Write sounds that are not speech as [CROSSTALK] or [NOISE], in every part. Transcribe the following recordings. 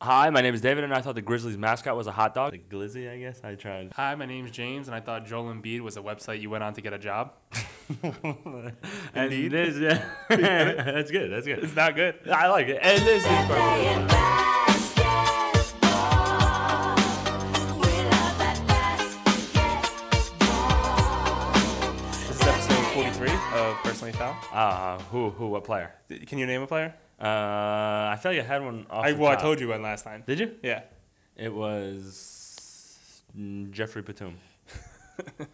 Hi, my name is David, and I thought the Grizzlies mascot was a hot dog. The glizzy, I guess. I tried. Hi, my name's James, and I thought Joel Embiid was a website you went on to get a job. And this, yeah. [LAUGHS] that's good. That's good. It's not good. I like it. And this is Playing basketball. We love that basketball. This is episode 43 of Personally Foul. uh, who who what player? Th- Can you name a player? Uh, I feel like I had one. Off I, the well, I top. told you one last time. Did you? Yeah. It was mm, Jeffrey Batum.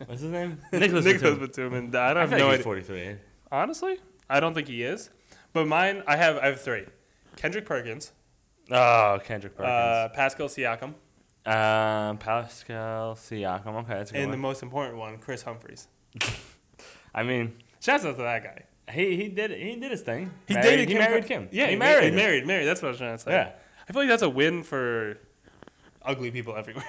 What's his name? [LAUGHS] [LAUGHS] [LAUGHS] Nicholas Batum. Batum. and I don't I have feel no like idea. he's 43. Honestly, I don't think he is. But mine, I have I have three. Kendrick Perkins, Oh, Kendrick Perkins. Uh, Pascal Siakam, um, Pascal Siakam. Okay, that's a good. and the one. most important one, Chris Humphreys. [LAUGHS] I mean, Shouts out to that guy. he he did he did his thing. He Married- dated he Kim married Per- Kim. Yeah, he, ma- married. her. married, married. That's what I was trying to say. Yeah. I feel like that's a win for ugly people everywhere.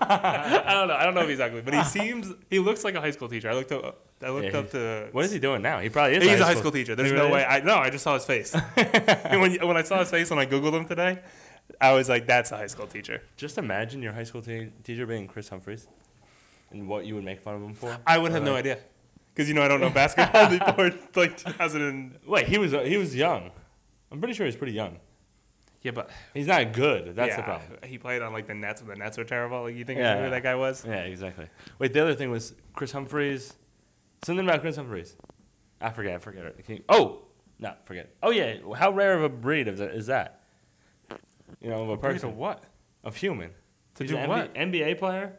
I don't know. I don't know if he's ugly, but he seems he looks like a high school teacher. I looked up. I looked Yeah, up to. [LAUGHS] What is he doing now? He probably is. He's a high school teacher. There's He no really way. is? I no. I just saw his [LAUGHS] face. and when you- when I saw his face when I googled him today, I was like, that's a high school teacher. Just imagine your high school te- teacher being Chris Humphreys, and what you would make fun of him for. I would have Or no like- idea. Because you know I don't know [LAUGHS] basketball before like 2000. And, Wait, he was he was young. I'm pretty sure he's pretty young. yeah, but He's not good. That's the yeah, problem. He played on like the Nets, when the Nets were terrible. Like you think Yeah. who that guy was? Yeah, exactly. Wait, the other thing was Chris Humphreys. Something about Chris Humphreys. I forget. I forget. it. Can you- oh, no, forget. Oh yeah, how rare of a breed is that? Is that? You know, of a Person. person, what? of human. To He's do an what? NBA player,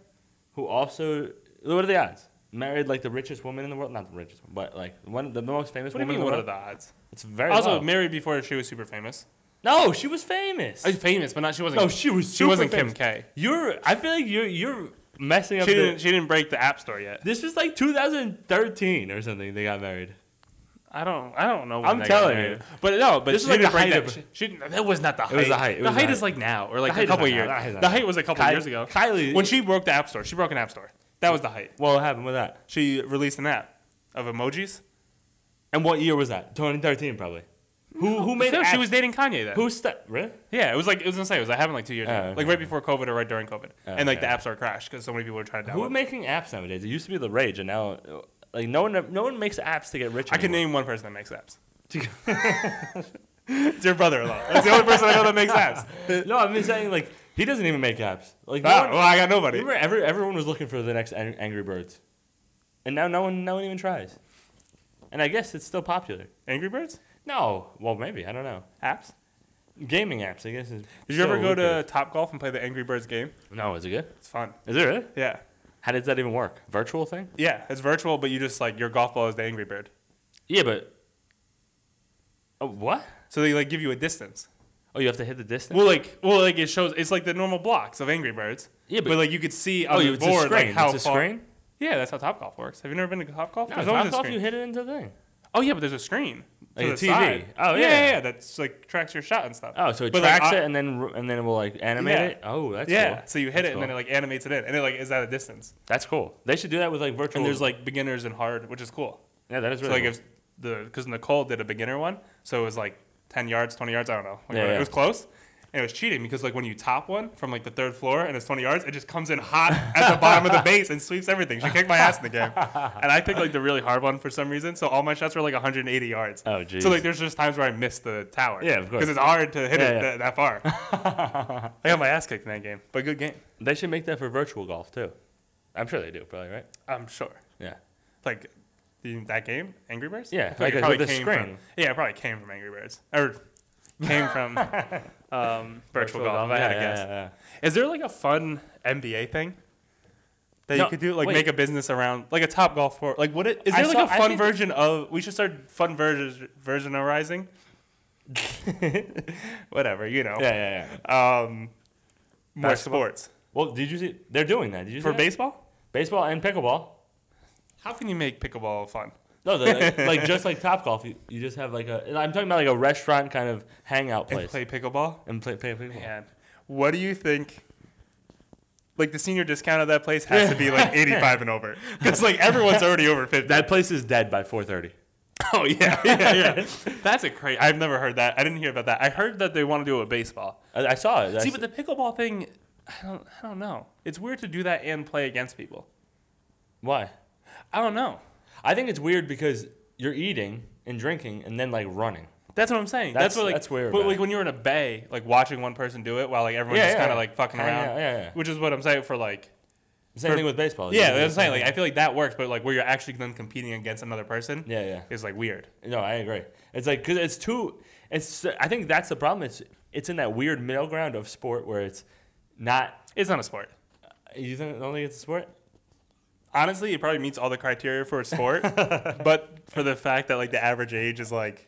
who also what are the odds? Married like the richest woman in the world. Not the richest, one, but like one of the most famous What do you woman mean? in the What are world. the odds? It's very Also, low. married before she was super famous. no, she was famous. Uh, famous, but not she wasn't. no, she was. she wasn't super famous. Kim K. You're. I feel like you're. You're messing She up. the, didn't. She didn't break the App Store yet. This was like 2013 or something. They got married. I don't. I don't know. When I'm they got telling married. you. But no. But This she is like didn't the break height that. of- She, didn't- that was not the height. was the height. It the was the height is height. like now, or like height a is couple not years. now. The height is not The now. height was a couple Kylie- years ago. Kylie- When she broke the App Store, she broke an App Store. That was the height. Well, what happened with that? She released an app of emojis. And what year was that? 2013, probably. Who who made No, it? she was dating Kanye then. who sta Really? Yeah, it was like it was insane. It was like happened like two years Oh, ago, like okay. right before COVID or right during COVID, and like the okay. App Store crashed because so many people were trying to Who are download. it. making apps nowadays? It used to be the rage, and now uh, like no one no one makes apps to get rich. I can anymore. name one person that makes [LAUGHS] apps. It's your brother-in-law. That's the only person I know that makes [LAUGHS] apps. no, I'm just saying like he doesn't even make apps. Like no Ah, one- well, I got nobody. remember every, everyone was looking for the next Ang- Angry Birds, and now no one no one even tries. And I guess it's still popular. Angry Birds No, well maybe I don't know. apps. Gaming apps, I guess. Is Did you ever so go to lucrative. Top Golf and play the Angry Birds game? No, is it good? It's fun. Is it really? Yeah, How does that even work? Virtual thing? yeah. It's virtual, but you just like your golf ball is the Angry Bird. Yeah, but oh, what? So they like give you a distance. Oh, you have to hit the distance. Well, like, well, like it shows. It's like the normal blocks of Angry Birds. Yeah, but- but, like you could see on oh, the it's board a screen. like how it's a far- screen. Yeah, that's how Top Golf works. Have you never been to Top Golf? No, There's it's always a not off. screen. You hit it into the thing. Oh yeah, but there's a screen. Like to a the TV. side. Oh, yeah, yeah. yeah. That's like tracks your shot and stuff. Oh, so it But, like, tracks I- it and then r- and then it will like animate Yeah. it. Oh, that's yeah. cool. So you hit That's it and then cool. it like animates it in, and it like is at a distance. That's cool. They should do that with like virtual. And there's like beginners and hard, which is cool. yeah, that is So really like cool. if the because Nicole did a beginner one, so it was like ten yards, twenty yards. I don't know. Like, Yeah, It yeah. was close. And it was cheating because like when you top one from like the third floor and it's 20 yards, it just comes in hot at the bottom of the base and sweeps everything. She kicked my ass in [LAUGHS] the game, and I picked like the really hard one for some reason. So all my shots were like 180 yards. Oh, So jeez. like there's just times where I missed the tower. Yeah, of course. Because it's hard to hit Yeah, it yeah. [LAUGHS] That, that far. I got my ass kicked in that game, but good game. they should make that for virtual golf too. I'm sure they do, probably right. I'm sure. Yeah. like the, that game, Angry Birds. Yeah, I feel like it a- probably with a came screen. From, yeah, it probably came from Angry Birds or [LAUGHS] came from um, virtual golf. if I yeah, had to yeah, guess. yeah, Is there like a fun NBA thing that No, you could do, like wait. make a business around, like a Top Golf for, like what? It, is I there like saw- a I fun think- version of? We should start fun version versionarizing. [LAUGHS] Whatever you know. yeah, yeah, yeah, yeah. Um, more Basketball? sports Well, did you see? They're doing that. Did you see for that? baseball. baseball and pickleball? How can you make pickleball fun? No, the, like, like just like Top Golf, you, you just have like a. and I'm talking about like a restaurant kind of hangout And place. play pickleball. And play, play, play, play. Man, what do you think? Like the senior discount of that place has to be [LAUGHS] like 85 and over, because like everyone's already over 50. That place is dead by 4:30. [LAUGHS] oh yeah, yeah, yeah. That's a crazy. I've never heard that. I didn't hear about that. I heard that they want to do it with baseball, I, I saw it. I See, s- but the pickleball thing, I don't, I don't know. It's weird to do that and play against people. why? I don't know. I think it's weird because you're eating and drinking and then like running. That's what I'm saying. That's- That's, what like that's weird But about like it. when you're in a bay, like watching one person do it while like everyone's Yeah, just yeah, kind of yeah. like fucking Yeah, yeah, around. yeah, yeah. Which is what I'm saying for like. Same For- thing with baseball. Oh, Yeah, that's what I'm saying. Like I feel like that works, but like where you're actually then competing against another person yeah, yeah. is like weird. No, I agree. It's like because it's too. It's I think that's the problem. It's it's in that weird middle ground of sport where it's not. It's not a sport. You think, don't think it's a sport? Honestly, it probably meets all the criteria for a [LAUGHS] sport, but for the fact that like the average age is like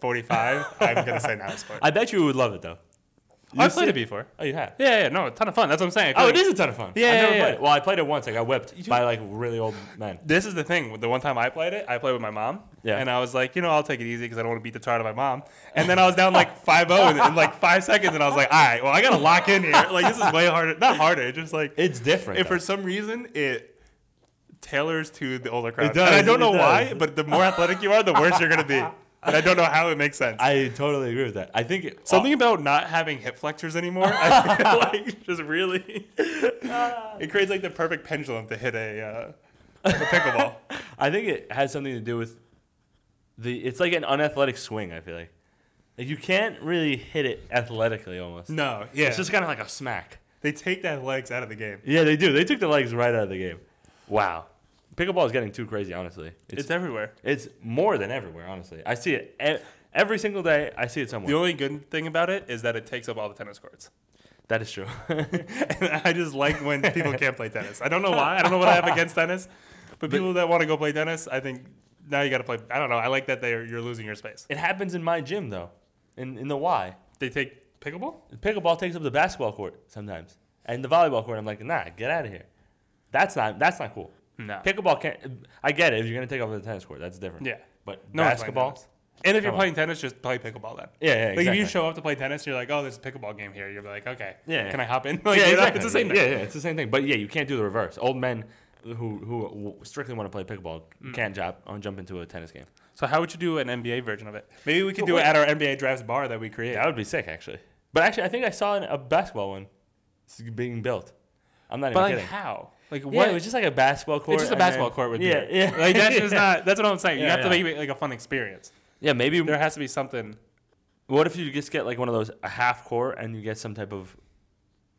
45, I'm gonna say not a sport. I bet you would love it though. [LAUGHS] I've played it before. Oh, you have. Yeah, yeah, no, a ton of fun. That's what I'm saying. I feel Oh, like- it is a ton of fun. Yeah, I've never yeah, played yeah. it. Well, I played it once. I got whipped You- by like really old men. This is the thing. The one time I played it, I played with my mom. Yeah. And I was like, you know, I'll take it easy because I don't want to beat the tar out of my mom. And then I was down [LAUGHS] like 5 0 in, in like five seconds. And I was like, all right, well, I got to lock in here. Like, this is way harder. Not harder. It's just like, It's different. if though. for some reason it tailors to the older crowd. does, And I don't it know does. why, but the more athletic you are, the worse you're going [LAUGHS] to be. And I don't know how it makes sense. I totally agree with that. I think it, Something about not having hip flexors anymore, [LAUGHS] I feel like just really, it creates like the perfect pendulum to hit a, uh, [LAUGHS] a pickleball. I think it has something to do with the. It's like an unathletic swing. I feel like, like you can't really hit it athletically. Almost, No, yeah. it's just kind of like a smack. They take that legs out of the game. Yeah, they do. They took the legs right out of the game. Wow, pickleball is getting too crazy. Honestly, It's, it's everywhere. it's more than everywhere. Honestly, I see it e- every single day. I see it The somewhere. only good thing about it is that it takes up all the tennis courts. That is true. [LAUGHS] and [LAUGHS] I just like when people can't play tennis. I don't know why. I don't know what I have against tennis, but people that want to go play tennis, I think now you got to play. I don't know. I like that they are, you're losing your space. it happens in my gym though, in in the Y. They take pickleball. Pickleball takes up the basketball court sometimes, and the volleyball court. I'm like, nah, get out of here. That's not that's not cool. No. Pickleball can't. I get it. If you're gonna take over the tennis court, that's different. Yeah. But No one's playing basketball. tennis. And if you're Come on. playing tennis, just play pickleball then. Yeah, yeah, Like if exactly. you show up to play tennis, you're like, oh, there's a pickleball game here. You're like, okay, Yeah, yeah. can I hop in? [LAUGHS] Like, yeah, you know, exactly. It's the same Yeah, thing. yeah, it's the same thing. But yeah, you can't do the reverse. Old men who who w- strictly want to play pickleball Mm. can't jump on jump into a tennis game. So how would you do an NBA version of it? Maybe we could do Wait. it at our NBA drafts bar that we create. That would be sick, actually. But actually, I think I saw an, a basketball one s- being built. I'm not But even like kidding. how? Like yeah, what? it was just like a basketball court. it's just a and then- basketball court with yeah, beer. yeah. Like that's [LAUGHS] just Yeah. not. That's what I'm saying. you Yeah, have to yeah. make it like a fun experience. Yeah, maybe. There has to be something. What if you just get like one of those a half court and you get some type of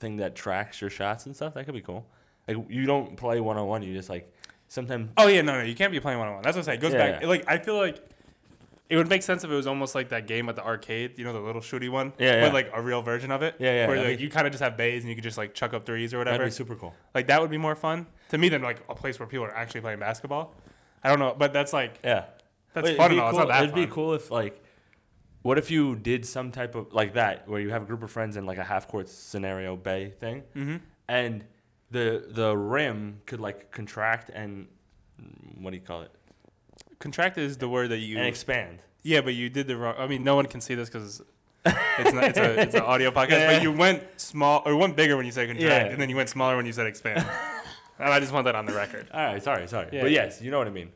thing that tracks your shots and stuff? That could be cool. Like you don't play one on one. You just like sometimes. Oh yeah, no, no, you can't be playing one on one. That's what I'm saying. It goes Yeah, back. yeah. Like I feel like it would make sense if it was almost like that game at the arcade. You know, the little shooty one. Yeah, yeah. But like a real version of it. Yeah, yeah, Where that'd like be- you kind of just have bays and you could just like chuck up threes or That'd whatever. be super cool. like that would be more fun to me than like a place where people are actually playing basketball. I don't know, but that's like Yeah. that's Wait, fun it'd be and all. Cool. It's not that it'd fun. be cool if like, what if you did some type of like that where you have a group of friends in like a half court scenario bay thing, Mm-hmm. and the the rim could like contract and what do you call it Contract is the word that you. and expand. Yeah, but you did the wrong. I mean, no one can see this because it's not. It's, a, it's an audio podcast. Yeah. But you went small or you went bigger when you said contract, Yeah. and then you went smaller when you [LAUGHS] said expand. and I just want that on the record. All right, sorry, sorry, Yeah. but yes, you know what I mean.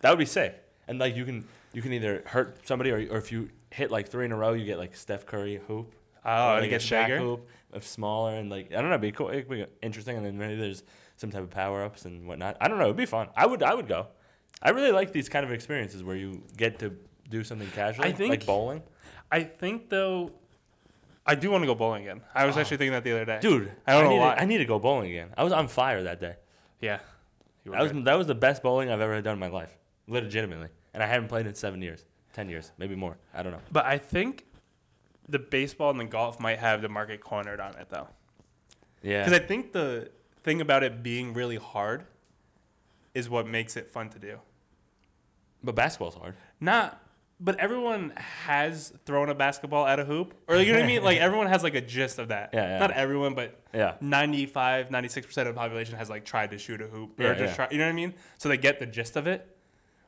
That would be sick. And like you can you can either hurt somebody or, or if you hit like three in a row, you get like Steph Curry hoop. Oh, Or, and it like, a gets Shaq bigger? hoop of smaller and like I don't know, it'd be cool, it'd be interesting. And then maybe there's some type of power ups and whatnot. I don't know, it'd be fun. I would I would go. I really like these kind of experiences where you get to do something casually, I think- like bowling. I think though, I do want to go bowling again. I was actually thinking that the other day, Oh. Dude, I don't know need why. To, I need to go bowling again. I was on fire that day. yeah, You were That was good. that was the best bowling I've ever done in my life, legitimately. And I haven't played in seven years, ten years, maybe more. I don't know. But I think the baseball and the golf might have the market cornered on it though, Yeah. because I think the thing about it being really hard is what makes it fun to do. but basketball's hard. Not, but everyone has thrown a basketball at a hoop. Or you know what I mean? Like [LAUGHS] everyone has like a gist of that. Yeah, yeah. Not everyone, but Yeah. 95, 96% of the population has like tried to shoot a hoop or Yeah, just yeah. try, you know what I mean? So they get the gist of it.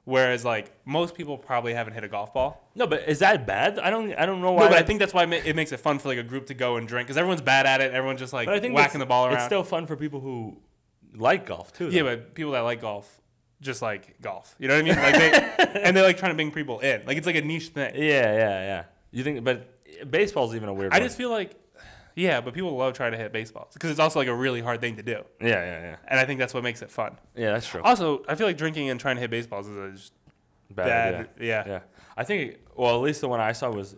Whereas like most people probably haven't hit a golf ball. No, but is that bad? I don't. I don't know why. No, but I think that's why it ma- it makes it fun for like a group to go and drink because everyone's bad at it. and Everyone's just like But I think whacking the that's- ball around. It's still fun for people who like golf too. Yeah, though. but people that like golf just like golf. You know what I mean? Like [LAUGHS] they and they like trying to bring people in. Like it's like a niche thing. yeah, yeah, yeah. You think? But baseball's even a weird. I one. just feel like Yeah, but people love trying to hit baseballs because it's also like a really hard thing to do, Yeah, yeah, yeah. and I think that's what makes it fun. Yeah, that's true. Also, I feel like drinking and trying to hit baseballs is a just Bad idea. bad. Yeah. Yeah. I think, well, at least the one I saw was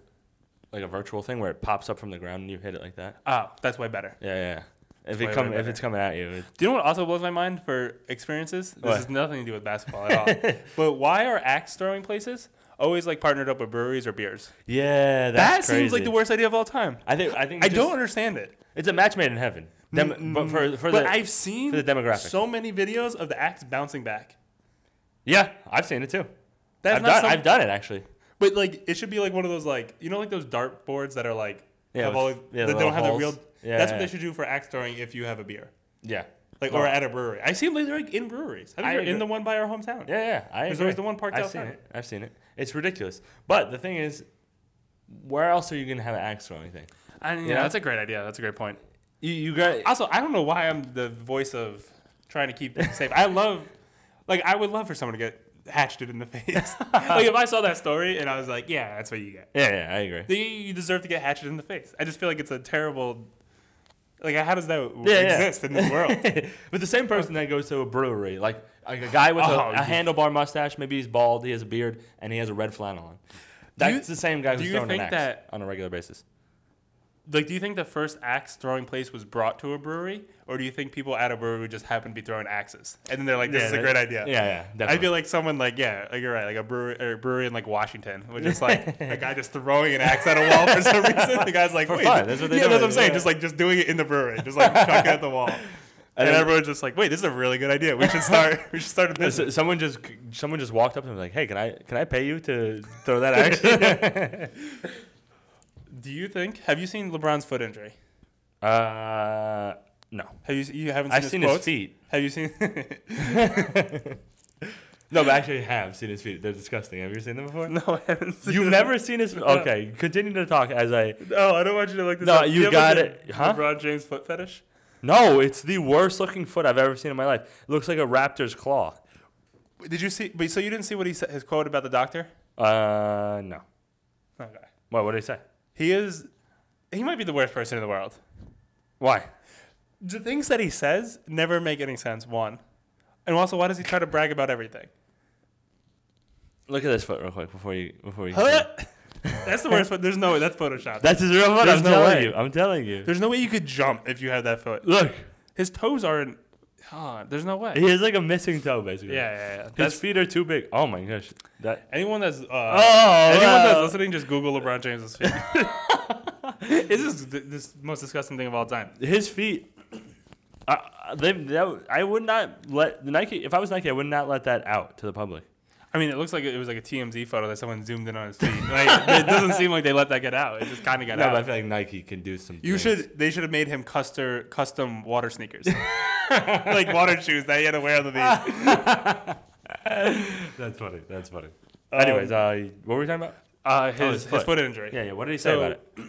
like a virtual thing where it pops up from the ground and you hit it like that. Oh, that's way better. Yeah, yeah. If way, it come, way if better. it's coming at you, it- Do you know what also blows my mind for experiences? This What? has nothing to do with basketball [LAUGHS] at all. but why are axe throwing places always like partnered up with breweries or beers? yeah, That that's seems like crazy. the worst idea of all time. I think I think I it's don't just- understand it. It's a match made in heaven. Dem- but for for but the I've seen for the demographic. so many videos of the axe bouncing back. yeah, I've seen it too. That's I've not done some- I've done it actually. But like, it should be like one of those like you know like those dart boards that are like Yeah, have with- all yeah, the that little don't have holes. the real. Yeah, that's yeah. what they should do for axe throwing if you have a beer, Yeah, like No. or at a brewery. I see them like they're like in breweries. I I think they're agree. in the one by our hometown. yeah, yeah. I There's agree. always the one parked I've outside. seen it. I've seen it. It's ridiculous. But the thing is, where else are you gonna have an axe or anything? I, yeah, Yeah. that's a great idea. That's a great point. You you got Also, I don't know why I'm the voice of trying to keep things safe. I love, like, I would love for someone to get hatcheted in the [LAUGHS] face. like, if I saw that story and I was like, yeah, that's what you get. yeah, yeah. I agree. You, you deserve to get hatcheted in the face. I just feel like it's a terrible, like, how does that w- Yeah, yeah. exist in this world? [LAUGHS] but the same person that goes to a brewery, like, like a guy with Oh, a, a yeah. handlebar mustache, maybe he's bald, he has a beard, and he has a red flannel on. That's the same guy do who's you throwing an think axe that- on a regular basis. like, do you think the first axe throwing place was brought to a brewery, or do you think people at a brewery just happen to be throwing axes, and then they're like, "This Yeah, is a that- great idea"? yeah, yeah, I definitely. feel like someone like yeah, like you're right, like a brewery, or a brewery in like Washington, was just [LAUGHS] like a guy just throwing an axe at a wall for some reason. The guy's like, For "Wait, fun, that's what they yeah, do it, that's what I'm saying." yeah. Just like just doing it in the brewery, just like chucking at [LAUGHS] the wall, and, then- everyone's just like, "Wait, this is a really good idea. We should start. [LAUGHS] we should start a S- business." someone just someone just walked up to him like, "Hey, can I can I pay you to throw that axe?" [LAUGHS] [LAUGHS] Do you think? Have you seen LeBron's foot injury? uh, no, Have you you haven't seen I've his seen quotes? his feet. Have you seen? [LAUGHS] [LAUGHS] No, but I actually have seen his feet. They're disgusting. Have you seen them before? no, I haven't. [LAUGHS] Seen You've it. never seen [LAUGHS] his. Okay, continue to talk as I. No, I don't want you to look this No, up. Do you have, got like, it. a Huh? LeBron James foot fetish. No, it's the worst looking foot I've ever seen in my life. It looks like a raptor's claw. Did you see? But so you didn't see what he said, his quote about the doctor? Uh, no. Okay. What? What did he say? He is. He might be the worst person in the world. Why? The things that he says never make any sense. One, and also, why does he try to brag [LAUGHS] about everything? Look at this foot real quick before you before you. continue. that's the worst. But there's no way. That's Photoshop. That's his real foot. There's I'm no telling way. you. I'm telling you. there's no way you could jump if you had that foot. Look, His toes aren't. Huh, there's no way. he has like a missing toe basically. yeah, yeah, yeah. His That's feet are too big. Oh my gosh. That. anyone that's uh, Oh. anyone that's wow. listening, just Google LeBron James's [LAUGHS] feet. this is the this most disgusting thing of all time. His feet. Uh, they, that, would- I would not let the Nike. If I was Nike, I would not let that out to the public. I mean, it looks like it was like a TMZ photo that someone zoomed in on his feet. Like, it doesn't seem like they let that get out. It just kind of got No, out. but I feel like Nike can do some. You things. should. They should have made him custer, custom water [LAUGHS] sneakers, like water shoes that he had to wear on the [LAUGHS] beach. [LAUGHS] That's funny. That's funny. Um, Anyways, uh, what were we talking about? Uh, his, his, his foot. foot. injury. Yeah, yeah. What did he say So about it?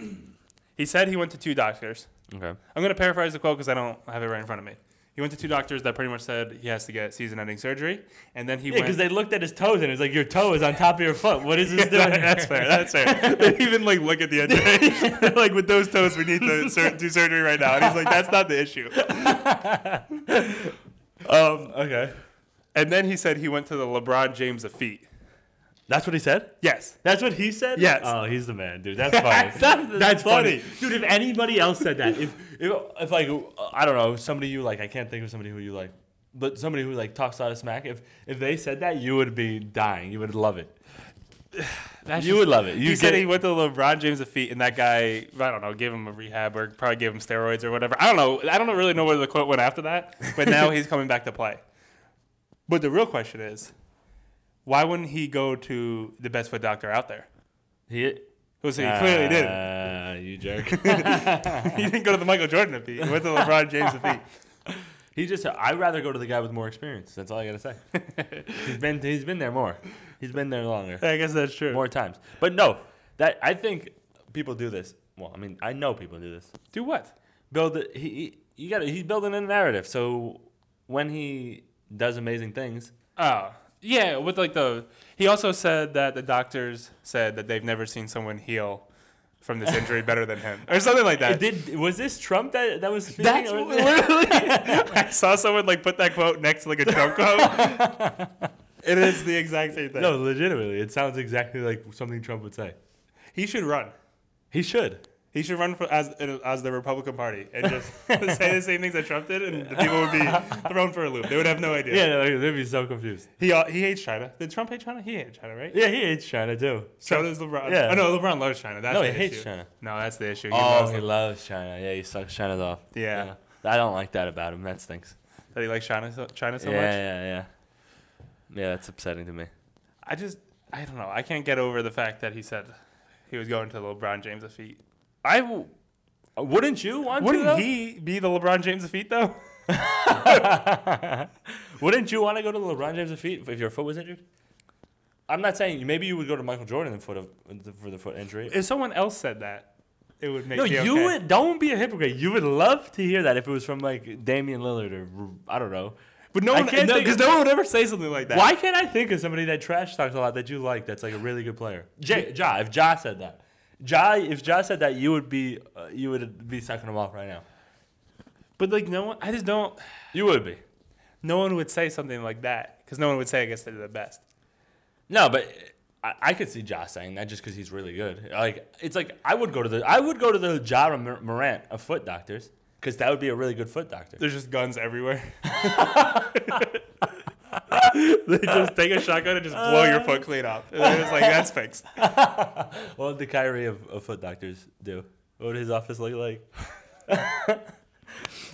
he said he went to two doctors. Okay. I'm gonna paraphrase the quote because I don't have it right in front of me. He went to two doctors that pretty much said he has to get season-ending surgery, and then he Yeah, went. because they looked at his toes and it's like your toe is on top of your foot. What is [LAUGHS] this doing? that's [LAUGHS] fair. That's fair. [LAUGHS] They didn't even like look at the injury. They're like with those toes, we need [LAUGHS] to sur- do surgery right now. And he's like, that's not the issue. um, okay. and then he said he went to the LeBron James of feet. That's what he said. Yes. That's what he said. Yes. Oh, he's the man, dude. That's funny. [LAUGHS] That's funny. dude. If anybody else said that, if if, if like uh, I don't know somebody you like, I can't think of somebody who you like, but somebody who like talks a lot of smack. If if they said that, you would be dying. You would love [SIGHS] it. you would love it. You he said get- he went to LeBron James' feet, and that guy, I don't know, gave him a rehab or probably gave him steroids or whatever. I don't know. I don't really know where the quote went after that, but now he's coming back to play. But the real question is, why wouldn't he go to the best foot doctor out there? He, Who said he clearly didn't. Uh, you jerk. [LAUGHS] [LAUGHS] He didn't go to the Michael Jordan feet. He went to LeBron James' feet. He just I'd rather go to the guy with more experience. That's all I gotta say. [LAUGHS] he's been he's been there more. He's been there longer. [LAUGHS] I guess that's true. [LAUGHS] More times. But no, that I think people do this. Well, I mean, I know people do this. Do what? Build it he, he you gotta he's building a narrative. So when he does amazing things, Oh, yeah. With like the, he also said that the doctors said that they've never seen someone heal from this [LAUGHS] injury better than him, or something like that. Did was this Trump that that was speaking? That's or- [LAUGHS] literally. I saw someone like put that quote next to like [LAUGHS] a Trump quote. it is the exact same thing. no, legitimately, it sounds exactly like something Trump would say. he should run. He should. He should run for as as the Republican Party and [LAUGHS] just say the same things that Trump did, and the people would be thrown for a loop. They would have no idea. Yeah, no, like, they'd be so confused. He uh, he hates China. Did Trump hate China? He hated China, right? Yeah, he hates China too. So does LeBron. Yeah. Oh no, LeBron loves China. That's No, the he hates issue. China. No, that's the issue. He Oh, loves he them. loves China. Yeah, he sucks China's off. Yeah. I don't like that about him. That stinks. that he likes China so, China so yeah, much. yeah, yeah. Yeah, that's upsetting to me. I just I don't know. I can't get over the fact that he said he was going to LeBron James' feet. I w- wouldn't you want to? Wouldn't though? he be the LeBron James' feet though? [LAUGHS] Wouldn't you want to go to LeBron James' feet if your foot was injured? I'm not saying maybe you would go to Michael Jordan in foot of, for the foot injury. If someone else said that, it would make no, me you okay. would. Don't be a hypocrite. You would love to hear that if it was from like Damian Lillard or I don't know. But no I one, can't no, think because of- no one would ever say something like that. Why can't I think of somebody that trash talks a lot that you like that's like a really good player? J- Ja, if Ja said that, Ja, if Ja said that, you would be uh, you would be sucking him off right now. But like no one, I just don't. You would be. No one would say something like that because no one would say I guess they're the best. No, but I, I could see Ja saying that just because he's really good. Like it's like I would go to the I would go to the Ja or Mor- Morant of foot doctors because that would be a really good foot doctor. There's just guns everywhere. [LAUGHS] they just take a shotgun and just blow your foot clean up. And they're just like that's fixed. What would the Kyrie of, of foot doctors do? What would his office look like?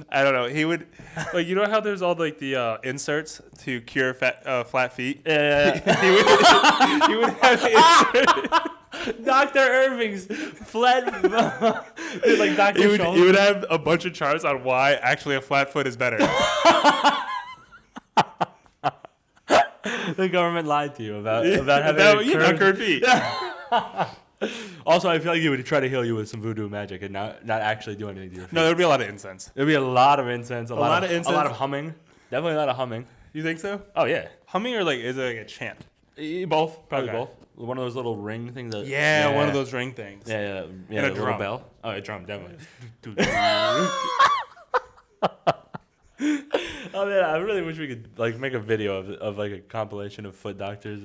I don't know. He would like you know how there's all like the uh, inserts to cure fat, uh, flat feet. Yeah, He would, [LAUGHS] he would have insert, Doctor Irving's fled [LAUGHS] like he, Doctor would, he would have a bunch of charts on why actually a flat foot [LAUGHS] is better. The government lied to you about about having [LAUGHS] That- a you know, curved- curved feet. Also, I feel like he would try to heal you with some voodoo magic and not not actually do anything to your feet. No, there'd be a lot of incense. There'd be a lot of incense, a, lot, lot of, of a lot incense. of humming. Definitely a lot of humming. You think so? Oh yeah. Humming or like is it like a chant? E- Both, probably Okay. both. One of those little ring things. That, Yeah, one of those ring things. Yeah, yeah, yeah. And a the little drum. bell. Oh, a drum, definitely. Dude, [LAUGHS] oh man, I really wish we could like make a video of, of like a compilation of foot doctors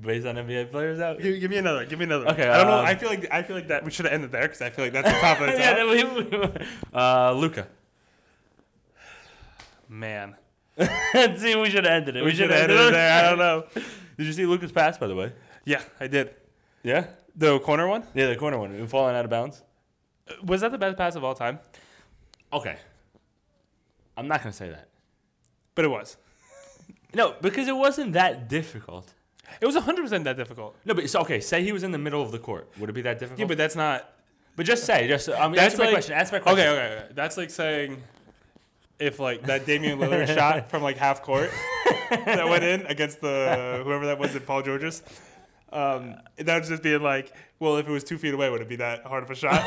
based on NBA players out. [LAUGHS] Give, give me another. Give me another. Okay, I don't know. um, I feel like I feel like that we should have ended there because I feel like that's the top of [LAUGHS] the top. yeah, that we, [LAUGHS] uh, Luca. Man, [LAUGHS] See, we should have ended it. we, should have ended it there. I don't know. [LAUGHS] Did you see Luca's pass, by the way? Yeah, I did. Yeah. The corner one Yeah, the corner one, falling out of bounds. Uh, was that the best pass of all time? Okay. I'm not gonna say that. But it was. No, because it wasn't that difficult. It was 100 percent that difficult. No, but it's okay. Say he was in the middle of the court. Would it be that difficult? Yeah, but that's not. But just say, just I mean, That's answer my like- question. Answer my question. [LAUGHS] Okay, okay, okay. That's like saying if like that Damian [LAUGHS] Lillard shot from like half court [LAUGHS] that went in against the whoever that was in Paul George's. Um, that would just be like, well, if it was two feet away, would it be that hard of a shot?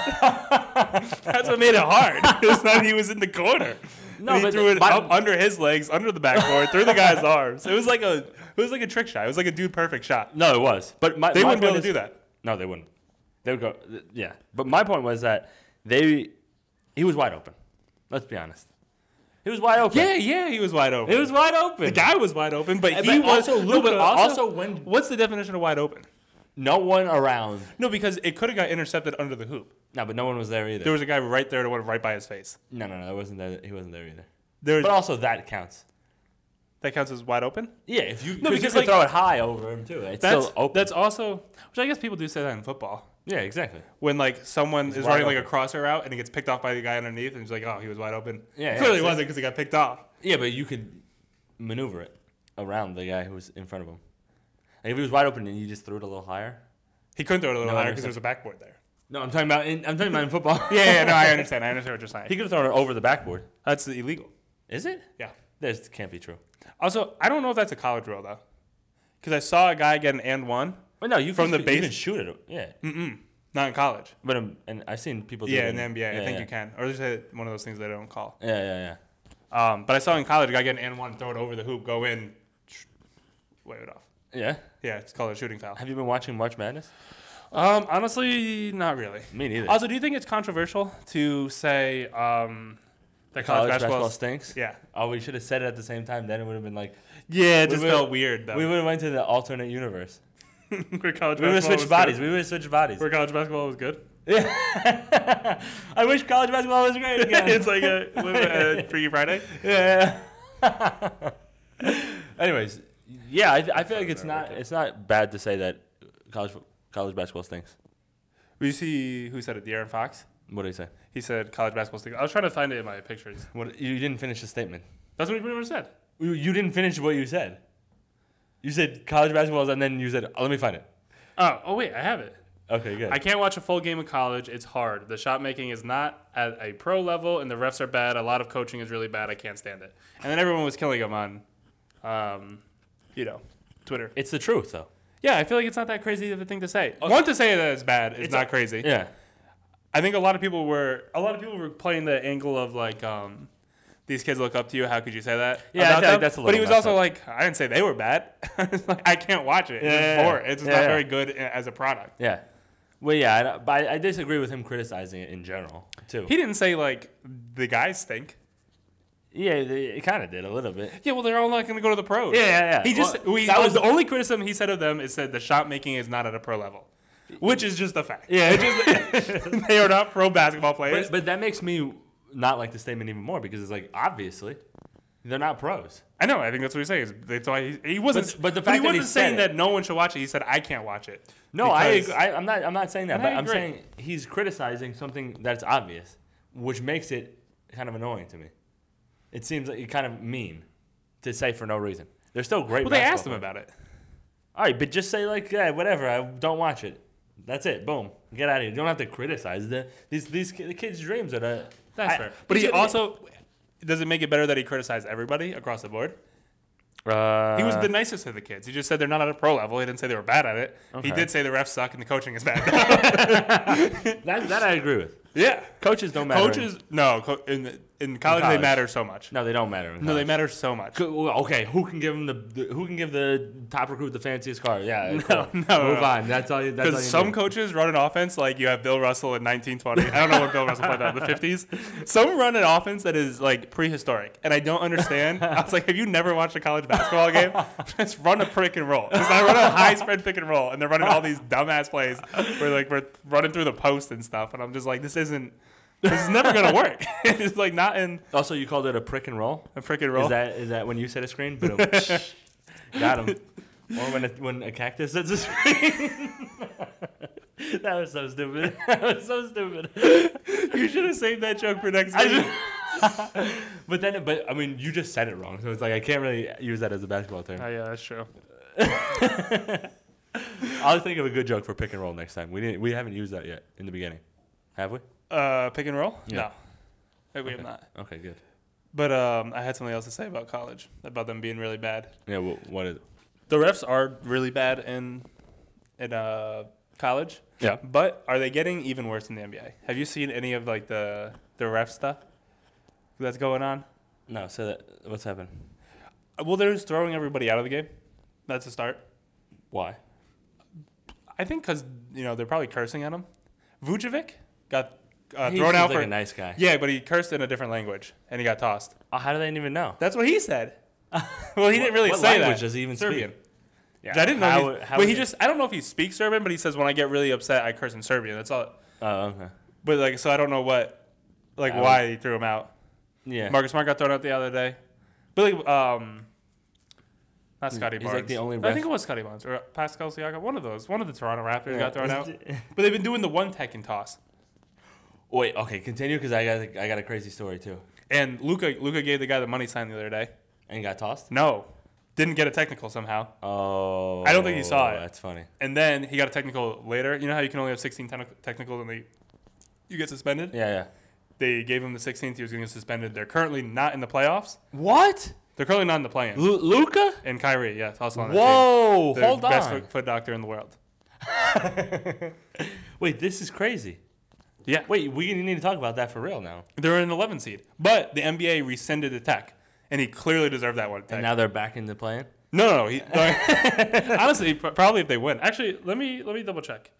That's what made [LAUGHS] it hard. It's not he was in the corner. No, No, he but threw it my- up under his legs, under the backboard, through the [LAUGHS] guy's arms. It was like a, it was like a trick shot. It was like a dude perfect shot. No, it was. But my, They my wouldn't be point able to is- do that. No, they wouldn't. They would go. th- Yeah, but my point was that they he was wide open. Let's be honest. He was wide open. Yeah, yeah, he was wide open. he was wide open. The guy was wide open, but And- he but was also no, but Luka- also when- what's the definition of wide open? No one around. No, because it could have got intercepted under the hoop. No, but no one was there either. There was a guy right there that went right by his face. no, no, no. That wasn't there. He wasn't there either. There was, But also that counts. that counts as wide open. Yeah, if you No, you because, could like, throw it high over him too. It's That's still open. that's also which I guess people do say that in football yeah, exactly. when like someone is wide running like a open. crosser route and it gets picked off by the guy underneath and he's like, oh, he was wide open. Yeah, yeah, clearly see? wasn't because he got picked off. Yeah, but you could maneuver it around the guy who was in front of him. Like if he was wide open and you just threw it a little higher. He couldn't throw it a little No, I higher because understand. there's a backboard there. No, I'm talking about. In, I'm talking about in [LAUGHS] football. [LAUGHS] Yeah, yeah, no, I [LAUGHS] understand. I understand what you're He saying. could have thrown it over the backboard. That's illegal. Is it? Yeah. That can't be true. Also, I don't know if that's a college rule though, because I saw a guy get an and one, But no, you From can, the you base- can shoot it. Yeah, not in college. but um, and I've seen people. Do Yeah, it in the NBA, I yeah, think yeah. you can, or just hit one of those things they don't call. Yeah, yeah, yeah. Um, but I saw in college, a guy get an and one, throw it over the hoop, go in, sh- wave it off. Yeah. Yeah, it's called a shooting foul. Have you been watching March Madness? Um, honestly, not really. Me neither. Also, do you think it's controversial to say um, college that basketball college, basketball? stinks. yeah, Oh, we should have said it at the same time. Then it would have been like yeah, it We just would- felt weird though. we [LAUGHS] would have went to the alternate universe. where college We would have basketball was switched bodies. Good. We would have switched bodies. Where college basketball was [LAUGHS] good. Yeah. [LAUGHS] I wish college basketball was [LAUGHS] great again. [LAUGHS] it's like a, [LAUGHS] [LAUGHS] a free Friday. yeah. [LAUGHS] Anyways, yeah, I, I feel like it's not it's not bad to say that college college basketball stinks. We see who said it. De'Aaron Fox. What do you say? He said college basketball stinks. I was trying to find it in my pictures. What you didn't finish the statement. That's what he pretty much said. You, you didn't finish what you said. You said college basketball, and then you said, oh, "Let me find it." Oh, oh wait, I have it. Okay, good. I can't watch a full game of college. It's hard. The shot making is not at a pro level, and the refs are bad. A lot of coaching is really bad. I can't stand it. And then everyone was killing him on, um, you know, Twitter. it's the truth, though. Yeah, I feel like it's not that crazy of a thing to say. One to say that it's bad is Oh. It's not a- crazy. Yeah. I think a lot of people were a lot of people were playing the angle of like um, these kids look up to you. How could you say that? Yeah, I about feel like them? that's a But he little was messed also up. like, I didn't say they were bad. [LAUGHS] It's like, I can't watch it. It's Yeah, just yeah, boring. It's just yeah, not yeah. very good a- as a product. Yeah. Well, yeah, I, don't- but I, I disagree with him criticizing it in general too. He didn't say like the guys stink. yeah, they- it kind of did a little bit. Yeah, well, they're all not going to go to the pros. Yeah, yeah, yeah. He just Well, we, that that was- was the only criticism he said of them is said the shot making is not at a pro level, which is just a fact. Yeah, it [LAUGHS] they are not pro basketball players. But, but that makes me not like the statement even more because it's like obviously they're not pros. I know. I think that's what he's saying. is That's why he, he wasn't. But- but the fact he that he wasn't saying said it- that no one should watch it. He said I can't watch it. No, I, Because- agree. I I'm not I'm not saying that, I but I'm agree. saying he's criticizing something that's obvious, which makes it kind of annoying to me. It seems like you kind of mean to say for no reason. They're still great. Well, they asked him basketball about it. players. All right, but just say like, yeah, whatever. I don't watch it. That's it. Boom. Get out of here. You don't have to criticize the these these ki- the kids' dreams are the. That's I- fair. But he he's- also does it make it better that he criticized everybody across the board? Uh, He was the nicest of the kids. He just said they're not at a pro level. He didn't say they were bad at it. Okay. He did say the refs suck and the coaching [LAUGHS] is bad. that, that I agree with. yeah. Coaches don't matter. Coaches, no, co- in, in, college, college. they matter so much. No, No, they don't matter. in they college. matter so much. Go- well, Okay, who can give him the, the- who can give the top recruit the fanciest car? Yeah, [LAUGHS] No, cool. no, move no. on. That's all. You, that's all you Because some need. coaches run an offense like you have Bill Russell in 1920. I don't know what Bill Russell played out in the 50s. Some run an offense that is like prehistoric, and I don't understand. I was like, have you never watched a college basketball game? Just run a pick and roll. Just I run a high spread pick and roll, and they're running all these dumbass plays where like we're running through the post and stuff, and I'm just like, this isn't. This is never gonna work. [LAUGHS] it's like not in also, you called it a prick and roll. a pick and roll. Is that is that when you set a screen? But got him. Or when a, when a cactus sets a screen. [LAUGHS] that was so stupid. [LAUGHS] That was so stupid. [LAUGHS] you should have saved that joke for next I week. just- [LAUGHS] but then, but I mean, you just said it wrong, so it's like I can't really use that as a basketball term. Oh yeah, that's true. [LAUGHS] I'll think of a good joke for pick and roll next time. We didn't. We haven't used that yet in the beginning, have we? Uh, pick and roll? Yeah. No, we have Okay. not. Okay, good. But um, I had something else to say about college, about them being really bad. Yeah. Well, what is? It? The refs are really bad in in uh, college, Yeah. but are they getting even worse in the NBA? Have you seen any of like the the ref stuff that's going on? No. So that, what's happened? Uh, Well, they're just throwing everybody out of the game. That's a start. Why? I think because you know they're probably cursing at him. Vujovic got uh, He thrown seems out like for a nice guy. yeah, but he cursed in a different language and he got tossed. Oh, how do they even know? That's what [LAUGHS] he said. well, he didn't really what say that. language does he even speak? Serbian. Which I didn't know. How- he, how but is he it- just, I don't know if he speaks Serbian, but he says, when I get really upset, I curse in Serbian. That's all. Oh, okay. But, like, so I don't know what, like, I don't- why he threw him out. Yeah. Marcus Smart got thrown out the other day. But, like, um, not Scotty he's, like, Barnes. the only I ref- think it was Scotty Barnes or Pascal Siakam. One of those. One of the Toronto Raptors Yeah. got thrown out. But they've been doing the one tech and toss. [LAUGHS] Wait. Okay. Continue because I got a- I got a crazy story too. And Luca, Luca gave the guy the money sign the other day. And got tossed. No. Didn't get a technical somehow. Oh. I don't think he saw it. That's funny. and then he got a technical later. You know how you can only have 16 technic- technicals and they you get suspended. Yeah. Yeah. They gave him the 16th. He was going to get suspended. They're currently not in the playoffs. What? They're currently not in the play-in. Lu Luca? and Kyrie, yes, also on that team. Whoa! Their Hold best on. foot, foot doctor in the world. Wait, this is crazy. Yeah, Wait, we need to talk about that for real now. they're an 11 seed, but the NBA rescinded the tech, and he clearly deserved that one. Tech. And now they're back into playing. [LAUGHS] [LAUGHS] no, no, no. He, no honestly, pr- probably if they win. Actually, let me let me double check.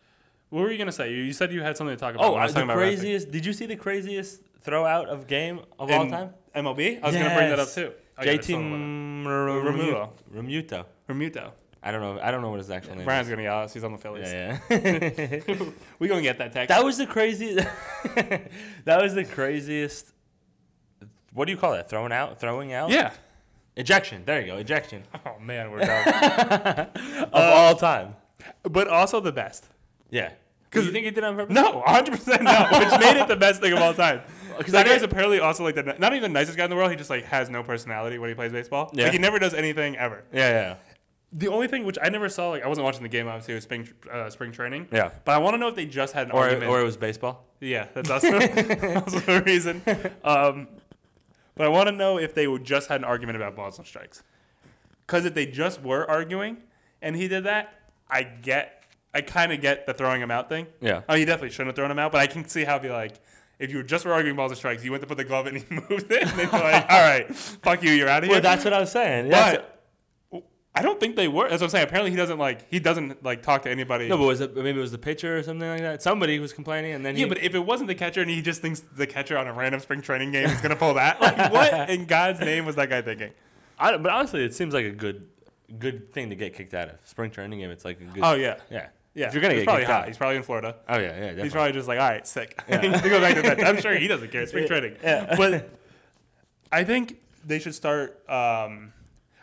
What were you gonna say? You- You said you had something to talk about. Oh, when I was the talking about refing. craziest! Did you see the craziest throw out of game of all In time? MLB. I was gonna bring that up Yes. too. Oh, yeah, there's JT still one. Romuto. Romuto. Remuto. I don't know. I don't know what his actual name Brian's is. gonna yell at us. He's on the Phillies. Yeah, yeah. [LAUGHS] we gonna get that text. that was the craziest. [LAUGHS] that was the craziest. What do you call that? Throwing out? Throwing out? yeah. Ejection. There you go. [LAUGHS] Ejection Oh man, we're done. of Uh, all time. [LAUGHS] but also the best. Yeah. 'Cause- Because you think he did it on purpose? No, 100 [LAUGHS] percent no. Which made it the best thing of all time. 'Cause that I guy's get- apparently also like the not even the nicest guy in the world. He just like has no personality when he plays baseball. Yeah. Like he never does anything ever. Yeah, The only thing which I never saw, like I wasn't watching the game obviously, it was spring uh, spring training. yeah, yeah. But I want to know if they just had an Or argument. or it was baseball. yeah, that's also, [LAUGHS] also a reason. [LAUGHS] Um, but I want to know if they would just had an argument about balls and strikes. Because if they just were arguing and he did that, I get, I kind of get the throwing him out thing. Yeah. Oh, you definitely shouldn't have thrown him out, but I can see how it'd be like, if you just were arguing balls and strikes, you went to put the glove and he [LAUGHS] moved it, and they'd be like, all right, fuck you, you're out of here. Well, that's what I was saying. That's- but I don't think they were. That's what I'm saying. Apparently, he doesn't like, he doesn't like talk to anybody. no, but was it, maybe it was the pitcher or something like that. Somebody was complaining, and then Yeah, he, but if it wasn't the catcher and he just thinks the catcher on a random spring training game is gonna [LAUGHS] pull that, like what in God's name was that guy thinking? I, but honestly, it seems like a good good thing to get kicked out of spring training game. It's like a good. Oh yeah, yeah, yeah. If you're gonna he's get probably kicked hot. out. He's probably in Florida. Oh yeah, yeah. Definitely. He's probably just like, all right, sick. [LAUGHS] to go back to bed. I'm sure he doesn't care. It's spring training, [LAUGHS] but I think they should start. Um,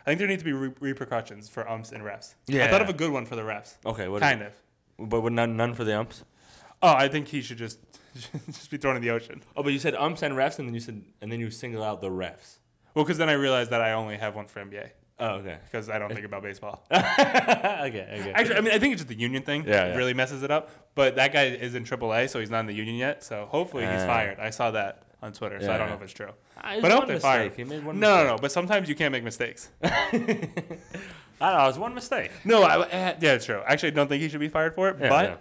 I think there needs to be re- repercussions for umps and refs. I Yeah. thought of a good one for the refs. okay, what is kind of. it? But with none, none for the umps. Oh, I think he should just [LAUGHS] just be thrown in the ocean. Oh, but you said umps and refs, and then you said, and then you single out the refs. Well, because then I realized that I only have one for NBA Oh, okay. because I don't think about baseball. [LAUGHS] [LAUGHS] okay, okay. Actually, I mean, I think it's just the union thing. Yeah, It yeah. really messes it up. But that guy is in AAA, so he's not in the union yet. So hopefully he's Ah. fired. I saw that on Twitter, so I Yeah. don't know if it's true. Ah, it's but I hope one they fire mistake. him. He made No, one no, no. mistake. But sometimes you can't make mistakes. [LAUGHS] [LAUGHS] I don't know. It's one mistake. no, I, eh, yeah, it's true. Actually, I don't think he should be fired for it. Yeah, but yeah.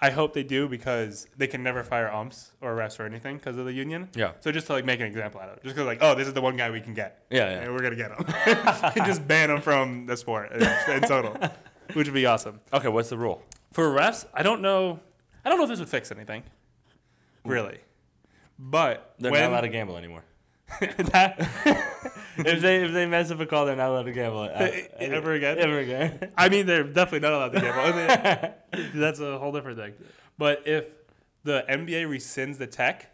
I hope they do because they can never fire umps or refs or anything because of the union. Yeah. So just to like make an example out of it, just because like, oh, this is the one guy we can get. Yeah, yeah. And we're gonna get him. [LAUGHS] just ban him from the sport in, in [LAUGHS] total, which would be awesome. Okay, what's the rule? For refs, I don't know. I don't know if this would fix anything, really. But They're when not allowed to gamble anymore. [LAUGHS] that, if they if they mess up a call, they're not allowed to gamble uh, ever again, ever again. I mean, they're definitely not allowed to gamble. I mean, That's a whole different thing. But if the NBA rescinds the tech,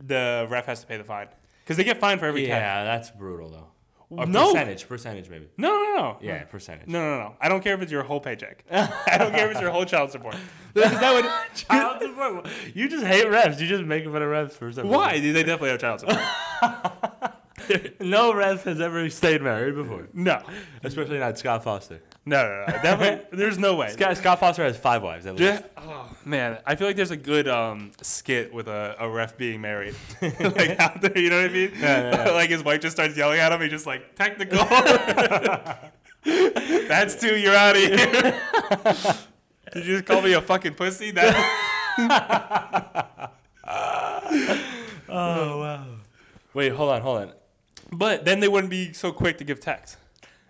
the ref has to pay the fine because they get fined for every [LAUGHS] tech. yeah, that's brutal though. Or No. percentage, percentage maybe. No, no, no. Yeah, percentage. No, no, no. I don't care if it's your whole paycheck. [LAUGHS] I don't care if it's your whole child [LAUGHS] support. 'Cause that would- Child support. You just hate refs. You just make fun of refs for some reason. why? They definitely have child support. [LAUGHS] No ref has ever stayed married before, No. especially not Scott Foster. No, no, no. Definitely, there's no way. Scott, Scott Foster has five wives at least. Yeah. Oh man, I feel like there's a good um, skit with a, a ref being married, [LAUGHS] [LAUGHS] like out there. You know what I mean? yeah, yeah. like his wife just starts yelling at him. He's just like technical. [LAUGHS] [LAUGHS] That's two. You're out of here. [LAUGHS] Did you just call me a fucking pussy? That [LAUGHS] Oh wow. Wait, hold on, hold on. but then they wouldn't be so quick to give text.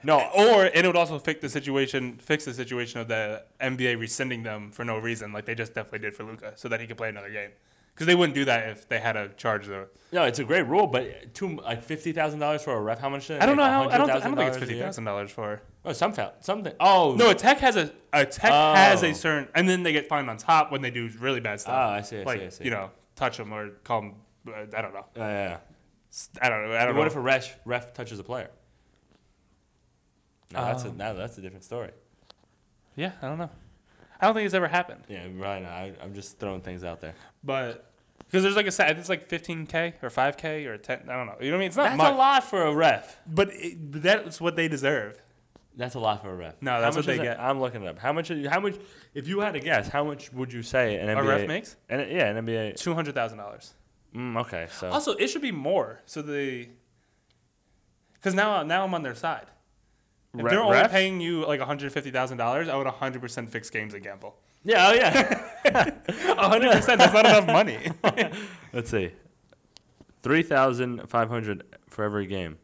No, Or and it would also fix the situation, fix the situation of the NBA rescinding them for no reason, like they just definitely did for Luca, so that he could play another game. Because they wouldn't do that if they had to charge the no, it's a great rule, but two like fifty thousand dollars for a ref. How much? I don't know how. I don't. I don't think it's fifty thousand dollars for. Oh, some fou- something. Oh No, a tech has a a tech has Oh. a certain, and then they get fined on top when they do really bad stuff. Ah, I see, I see, like I see. you know, touch them or call them. I don't know. Yeah, yeah. S- I don't know. I don't What know. if a ref ref touches a player? No, that's a, now that's a different story. yeah, I don't know. I don't think it's ever happened, Yeah, right. Now I, I'm just throwing things out there. but because there's like a set. It's like fifteen k or five k or ten. I don't know. You know what I mean? It's not That's much, a lot for a ref. but it, but that's what they deserve. That's a lot for a ref. No, How that's much what they is it? get. I'm looking it up. How much? How much? If you had to guess, how much would you say an NBA? A ref makes An, yeah, an NBA. two hundred thousand dollars. Mm, okay, so Also, it should be more. So the because now now I'm on their side. If Re- they're only refs? paying you like one hundred fifty thousand dollars, I would one hundred percent fix games and gamble. yeah, oh yeah. [LAUGHS] One hundred percent. That's not enough [LAUGHS] money. Let's see, three thousand five hundred for every game.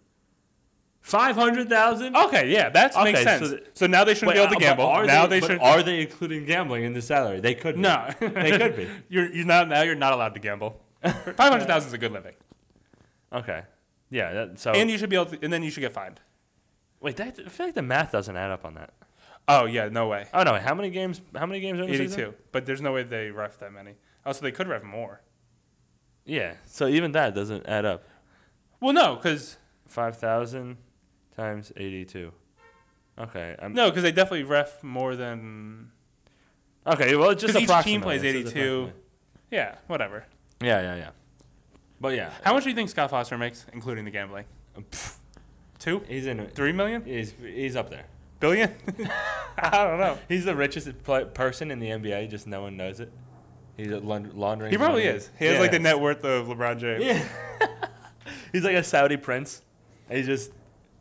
Five hundred thousand. Okay, yeah, that makes Okay, sense. so So, th- now they shouldn't be able to gamble. Now they, should. uh, Are they including gambling in the salary? They could. Be. [LAUGHS] no, they could [LAUGHS] be. You're, you're not now. You're not allowed to [LAUGHS] gamble. Five hundred thousand is a good limit, Okay. Yeah. That, so and you should be able. To, and then you should get fined. wait, that, I feel like the math doesn't add up on that. Oh yeah, no way. Oh no! How many games? How many games? Are in the season? Eighty-two, but there's no way they ref that many. Also, they could ref more. Yeah. So even that doesn't add up. Well, no, because Five thousand times eighty-two. Okay. I'm, no, because they definitely ref more than. Okay. Well, it's just 'Cause each team approximately, plays it's just 82. approximately. Yeah, whatever. Yeah, yeah, yeah. But yeah, How much do you think Scott Foster makes, including the gambling? Pff, Two, he's in. it. three million, He's he's up there. billion? [LAUGHS] I don't know. He's the richest pl- person in the NBA. Just no one knows it. He's a laun- laundering. He probably money. is. He has Yeah. like the net worth of LeBron James. Yeah. [LAUGHS] he's like a Saudi prince. He's just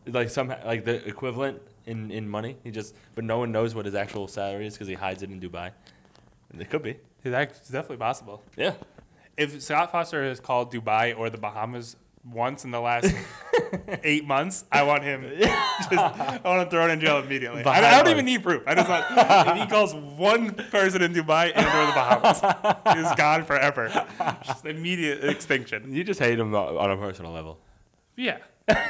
like some like the equivalent in in money. He just but no one knows what his actual salary is because he hides it in Dubai. It could be. That's definitely possible. Yeah. If Scott Foster has called Dubai or the Bahamas once in [LAUGHS] the last eight months, I want him. Just, I want him thrown in jail immediately. I, I don't Bahamas. even need proof. I just want if he calls one person in Dubai and or the Bahamas, he's gone forever. Just immediate extinction. [LAUGHS] You just hate him on on a personal level. Yeah. [LAUGHS]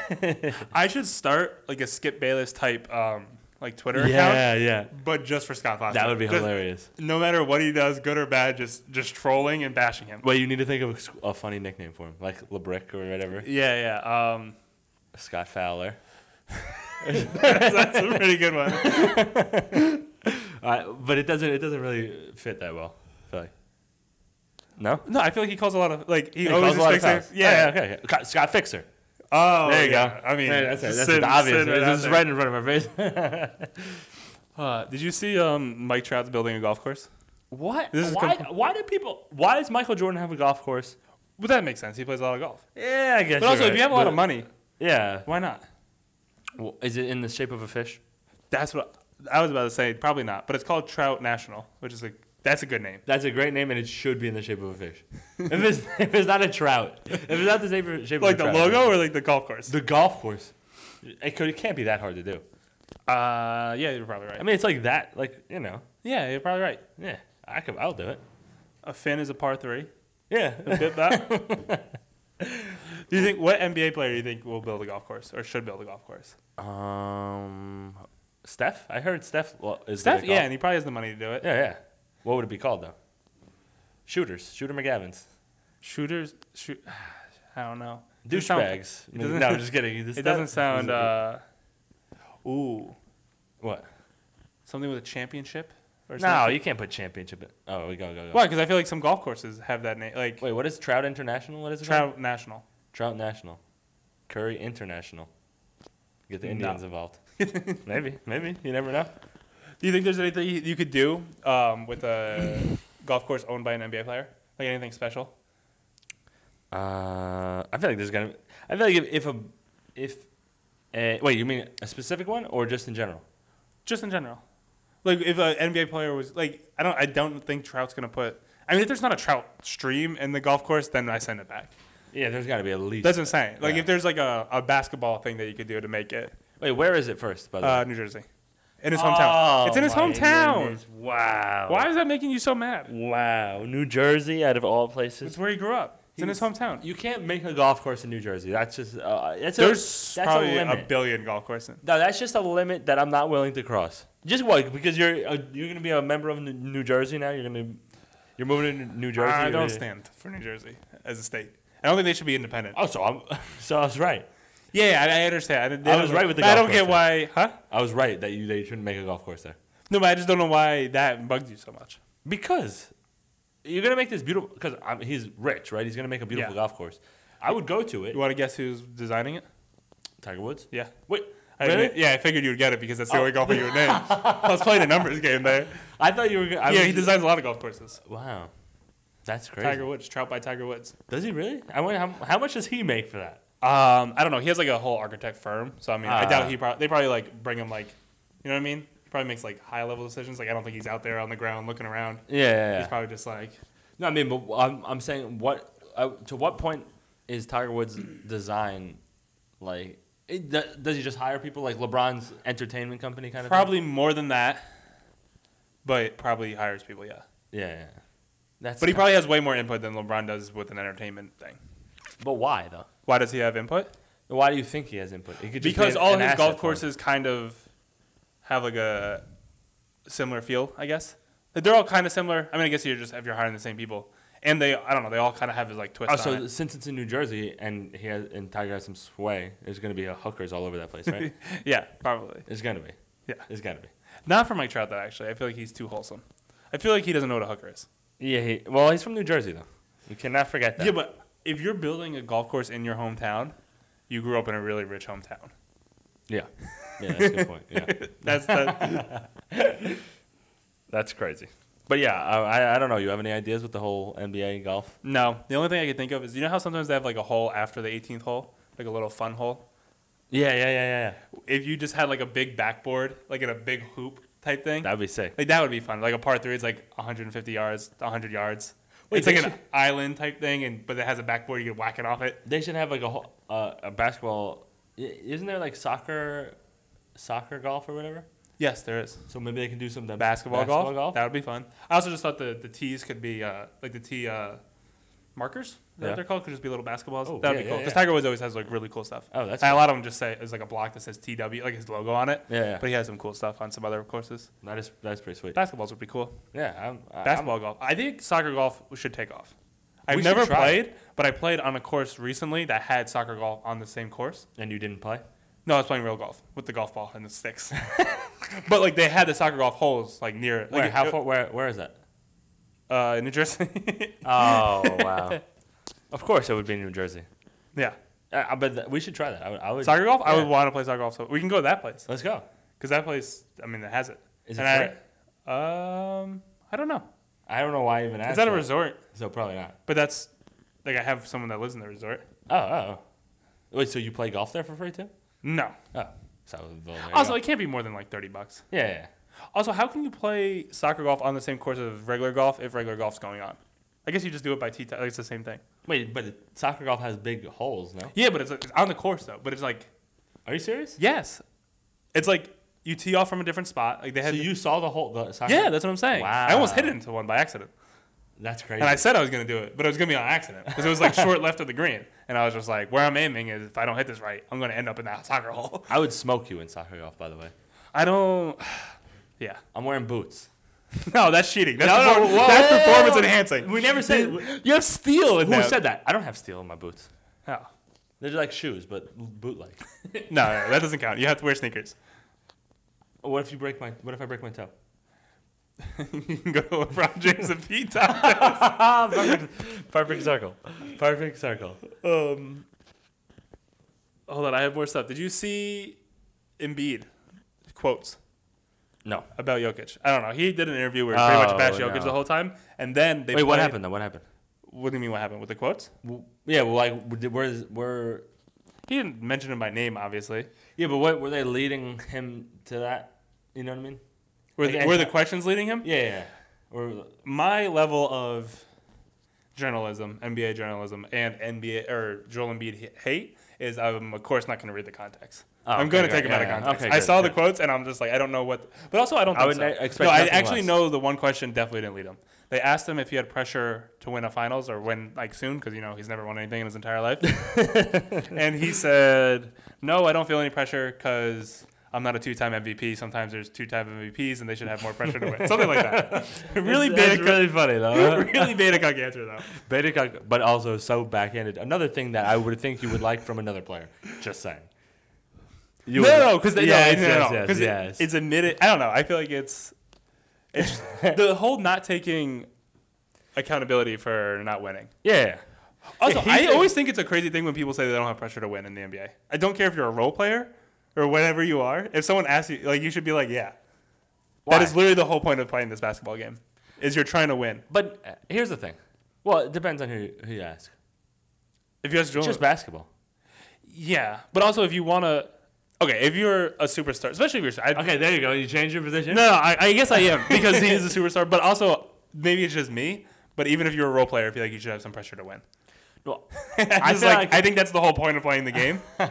I should start like a Skip Bayless type um, like Twitter account, Yeah, yeah. but just for Scott Foster. That would be Just- hilarious. No matter what he does, good or bad, just just trolling and bashing him. Well, you need to think of a s- a funny nickname for him, like LeBrick or whatever. Yeah, yeah. Um, Scott Fowler. [LAUGHS] that's, that's a pretty good one. Uh, but it doesn't. It doesn't really fit that well. I feel like. No. No, I feel like he calls a lot of like he, He always calls a just lot of picks it. fouls. Yeah. Okay. okay. Scott- Scott Fixer. Oh, There you yeah. go. I mean, Yeah, that's, it. just that's sit- the obvious. sit right out This is there. right in front of my [LAUGHS] face. Uh, did you see um, Mike Trout's building a golf course? what? This is why? com- why do people? Why does Michael Jordan have a golf course? Well, that makes sense. He plays a lot of golf. Yeah, I guess. But also, if you have a lot of money, yeah. why not? Well, is it in the shape of a fish? That's what I was about to say. Probably not. But it's called Trout National, which is like that's a good name. That's a great name, and it should be in the shape of a [LAUGHS] fish. if it's if it's not a trout, if it's not the shape of, shape Like of the a trout, logo or like the golf course? the golf course, it could it can't be that hard to do. Uh, yeah, you're probably right. I mean, it's like that. Like you know, yeah, you're probably right. yeah, I could. I'll do it. A fin is a par three. Yeah. [LAUGHS] Did that? do you think what NBA player do you think will build a golf course or should build a golf course? [LAUGHS] um, Steph. I heard Steph. Well, is Steph, the yeah, golf- and he probably has the money to do it. Yeah, yeah. What would it be called though? Shooters, shooter McGavins, Shooters, shoot. [SIGHS] I don't know. Doesn't sound- douchebags. it doesn't- [LAUGHS] No, I'm just kidding. This- It doesn't that- sound. Uh, ooh, what? something with a championship or No, something. you can't put championship. In. Oh, we go go go. Why? Because I feel like some golf courses have that name, like Wait, what is Trout International? What is it called? Trout National. Trout National, Curry International. Get the No. Indians involved. [LAUGHS] maybe, maybe you never know. Do you think there's anything you you could do um, with a golf course owned by an NBA player? Like anything special? Uh, I feel like there's gonna. I feel like if, if a, if, a, wait, you mean a specific one or just in general? Just in general, like if an NBA player was like, I don't, I don't think Trout's gonna put. I mean, if there's not a Trout stream in the golf course, then I send it back. Yeah, there's got to be at least. That's insane. Like Yeah. if there's like a, a basketball thing that you could do to make it wait, where is it first? By the uh, way, New Jersey, in his hometown. Oh, it's in his my hometown. goodness. Wow. Why is that making you so mad? Wow, New Jersey, out of all places. It's where he grew up. It's in his He's- hometown. You can't make a golf course in New Jersey. That's just uh, that's There's a, that's probably a a, limit. billion golf courses. no, that's just a limit that I'm not willing to cross. Just what? Because you're uh, you're gonna be a member of N- New Jersey now. You're gonna you're moving to New Jersey. I you're don't gonna- stand for New Jersey as a state. I don't think they should be independent. Oh, so I'm [LAUGHS] so I was right. Uh, Yeah, I, I understand. I, didn't- I don't- was right with the but I golf don't get course why, huh? I was right that you they shouldn't make a golf course there No, but I just don't know why that bugs you so much. because you're gonna make this beautiful because he's rich, right? He's gonna make a beautiful Yeah. golf course. I would go to it. You want to guess who's designing it? Tiger Woods. Yeah. Oh. Wait, I, really? Yeah, I figured you would get it because that's the only golfer you [LAUGHS] would name. I was playing a numbers game there. I thought you were. gonna I yeah, was- he designs a lot of golf courses. Wow, that's crazy. Tiger Woods, Trout by Tiger Woods. Does he really? I wonder how, how much does he make for that? Um, I don't know. He has like a whole architect firm, so I mean, I Ah. doubt he probably they probably like bring him like, you know what I mean? He probably makes like high level decisions. Like I don't think he's out there on the ground looking around. Yeah, yeah, He's probably just like no, I mean, but I'm, I'm saying what uh, to what point is Tiger Woods' design like It- do- Does he just hire people like LeBron's entertainment company kind of? Probably more than that, but probably hires people. Yeah, Thing? Yeah, yeah. yeah. That's. but he probably has way more input than LeBron does with an entertainment thing. But why though? Why does he have input? Why do you think he has input? He could just because be an- all an his asset golf for him. courses kind of have like a similar feel, I guess. Like, They're all kind of similar. I mean, I guess you just if you're hiring the same people, and they I don't know, they all kind of have his like twist. Oh, on so it. since it's in New Jersey and he has, and Tiger has some sway, there's gonna be a hookers all over that place, [LAUGHS] right? yeah, probably. it's gonna be. Yeah. It's gonna be. Not for Mike Trout though. Actually, I feel like he's too wholesome. I feel like he doesn't know what a hooker is. Yeah. He, well, he's from New Jersey though. We cannot forget that. Yeah, but if you're building a golf course in your hometown, you grew up in a really rich hometown. yeah. Yeah. That's a good point. Yeah. [LAUGHS] That's the, That's crazy. But yeah, I, I- I don't know. You have any ideas with the whole NBA golf? no. The only thing I could think of is you know how sometimes they have like a hole after the 18th hole, like a little fun hole. Yeah, yeah, yeah, yeah. if you just had like a big backboard, like in a big hoop type thing, That'd be sick. like that would be fun. Like a part three is like 150 yards, 100 yards. Wait, it's like they an island type thing, and but it has a backboard. You can whack it off it. They should have like a whole, uh, a basketball. i- Isn't there like soccer, soccer golf or whatever? Yes, there is So maybe they can do some of that basketball, basketball golf. That would be fun. I also just thought the the tees could be uh, like the tee uh, markers. Is that Yeah. what they're called could just be little basketballs. Oh, that would yeah, be yeah, cool. Because yeah. Tiger Woods always has like really cool stuff. Oh, that's and a lot of them just say it's like a block that says TW, like his logo on it. Yeah, yeah. But he has some cool stuff on some other courses. that is that's pretty sweet. Basketballs would be cool. yeah, I'm, I- I'm- Basketball golf. I think soccer golf should take off. I've should never try played, but I played on a course recently that had soccer golf on the same course. and you didn't play. No, I was playing real golf with the golf ball and [LAUGHS] the sticks. but like they had the soccer golf holes like near it. Where? Like, how far? Where? Where is [LAUGHS] that? Uh, in [LAUGHS] New Jersey. [LAUGHS] Oh wow! [LAUGHS] of course, it would be New Jersey. Uh, yeah, I, I bet that, we should try that. I would. I would soccer golf. I would yeah. want to play soccer golf. So we can go to that place Let's go. because that place. I mean, it has it. Is And it I, um, I don't know. I don't know why I even asked. Is that a that. resort? So probably not. But that's like I have someone that lives in the resort. Oh, oh. oh. Wait, so you play golf there for free too? No. Oh, so well, there you Also, go. it can't be more than like thirty bucks. yeah, yeah. Also, how can you play soccer golf on the same course as regular golf if regular golf's going on? I guess you just do it by tee time. Like, it's the same thing. Wait, but soccer golf has big holes, no? Yeah, but it's, it's on the course though. But it's like Are you serious? yes, it's like you tee off from a different spot. Like they So had. you saw the whole the soccer? yeah, that's what I'm saying. I almost hit Wow. it into one by accident, that's crazy. and I said I was gonna do it, but it was gonna be on accident because it was like short left of the green, and I was just like, where I'm aiming is if I don't hit this right, I'm gonna end up in that soccer hole. I would smoke you in soccer golf, by the way. I don't. Yeah. I'm wearing boots. [LAUGHS] No, that's cheating. That's, No, no, perform- whoa, that's whoa, whoa, performance whoa. enhancing. We never said- you have steel. In Who that. said that? I don't have steel in my boots. Oh. They're like shoes, but bootleg. No, no, that doesn't count. You have to wear sneakers. [LAUGHS] what if you break my? What if I break my toe? you can go [LAUGHS] to LeBron James and Pete [LAUGHS] Thomas. [LAUGHS] perfect, perfect circle. Perfect circle. um, hold on, I have more stuff. Did you see Embiid quotes No. about Jokic? I don't know. He did an interview where he pretty much Oh, bashed Jokic no. the whole time, and then they Wait, what played- happened though? What happened? What do you mean? What happened with the quotes? W- Yeah, well, like, w- did- where's where? He didn't mention him by name, obviously. Yeah, but what were they leading him to that? You know what I mean? Were Like, the, I- were the questions leading him? Yeah, yeah. yeah. Or my level of journalism, NBA journalism, and NBA or Joel Embiid h- hate is I'm of course not going to read the context. Oh, I'm okay, going to good. take them Yeah, out of yeah. context. Okay, I good, saw the good. quotes and I'm just like I don't know what. but also I don't. I Think would so. ne- expect No, I nothing actually less. know the one question definitely didn't lead him. They asked him if he had pressure to win a finals or win like soon because you know he's never won anything in his [LAUGHS] entire life. and he said, "No, I don't feel any pressure because." I'm not a two-time MVP. Sometimes there's two-time MVPs, and they should have more pressure to [LAUGHS] win. Something like Uh, that. really That's- big. that's really funny [LAUGHS] though. [LAUGHS] really beta cuck answer though. Beta, but also so backhanded. Another thing that I would think you would like from another player. Just saying. You no, would- no, because Yes, yes, no, no, no, yes, 'cause it- yes. it's admitted. I don't know. I feel like it's, [LAUGHS] it's the whole not taking accountability for not winning. yeah. [LAUGHS] Also, he I did- always think it's a crazy thing when people say they don't have pressure to win in the NBA. I don't care if you're a role player or whatever you are. If someone asks you, like, you should be like, yeah. Why? That is literally the whole point of playing this basketball game. Is you're trying to win. But uh, here's the thing. Well, it depends on who you, who you ask. If you ask Joel, It's just basketball. yeah, but also if you want to, okay, if you're a superstar, especially if you're, I, Okay, there you go. You change your position. No, no, I, I guess I am because he is a superstar. But also, maybe it's just me. But even if you're a role player, I feel [LAUGHS] like you should have some pressure to win. Well, I [LAUGHS] I just feel like, like- [LAUGHS] I think that's the whole point of playing the game. No,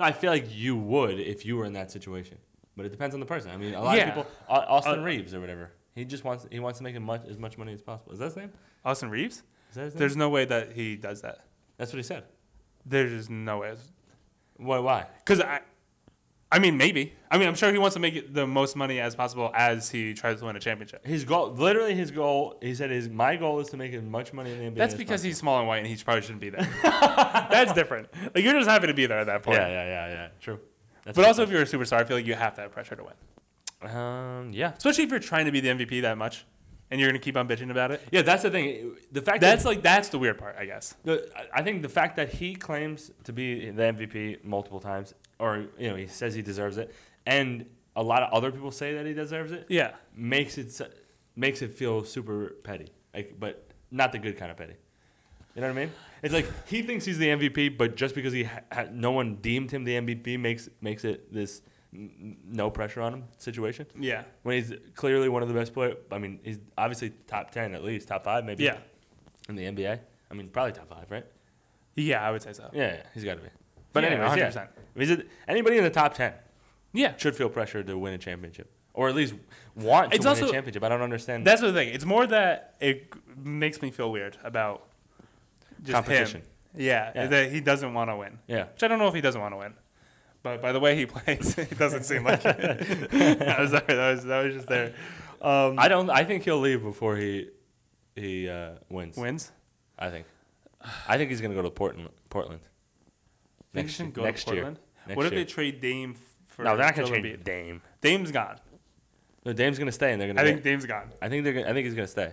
I [LAUGHS] feel like you would if you were in that situation. But it depends on the person. I mean, a lot Yeah. of people, Au- Austin Uh, Reeves or whatever, he just wants he wants to make as much as much money as possible. Is that his name? Austin Reeves? Is that his name? There's no way that he does that. That's what he said. There's just no way. Why? Why? Because I, I mean, maybe. I mean, I'm sure he wants to make it the most money as possible as he tries to win a championship. His goal, literally his goal, he said, is my goal is to make as much money in the NBA. That's as because possible." he's small and white, and he probably shouldn't be [LAUGHS] there. That's different. Like you're just happy to be there at that point. Yeah, yeah, yeah, yeah. True. That's But what also, he if you're a superstar, I feel like you have to have pressure to win, said. um, yeah, especially if you're trying to be the MVP that much, and you're gonna keep on bitching about it. yeah. That's the thing. The fact that That's like that's the weird part, I guess. The, I I think the fact that he claims to be the MVP multiple times, or you know, he says he deserves it, and a lot of other people say that he deserves it, Yeah. makes it s- makes it feel super petty, like, but not the good kind of petty. You know what I mean? It's like he thinks he's the MVP, but just because he ha- ha- no one deemed him the MVP makes makes it this n- n- no pressure on him situation. Yeah. When he's clearly one of the best players, I mean, he's obviously top ten at least, top five maybe. Yeah. In the NBA, I mean, probably top five, right? Yeah, I would say so. Yeah, yeah, he's got to be. But Yeah, anyways, 100%. yeah. Is it, anybody in the top ten Yeah. should feel pressure to win a championship, or at least want to It's win also- a championship. I don't understand That's the thing. It's more that it g- makes me feel weird about just Competition. Him. Yeah, Yeah. is that he doesn't want to win. Yeah. Which I don't know if he doesn't want to win, but by the way he plays, [LAUGHS] it doesn't seem like. It. [LAUGHS] I'm sorry, that was that was just there. Um, I don't. I think he'll leave before he he uh, wins. wins. I think. I think he's gonna go to Portland. Portland. Think he Next- should go next to year. Portland. Next what if year. they trade Dame f- for? No, they're not gonna Joel change Embiid? Dame. Dame's gone. No, Dame's gonna stay, and they're gonna. I get- think Dame's gone. I think they're. Gonna, I think he's gonna stay.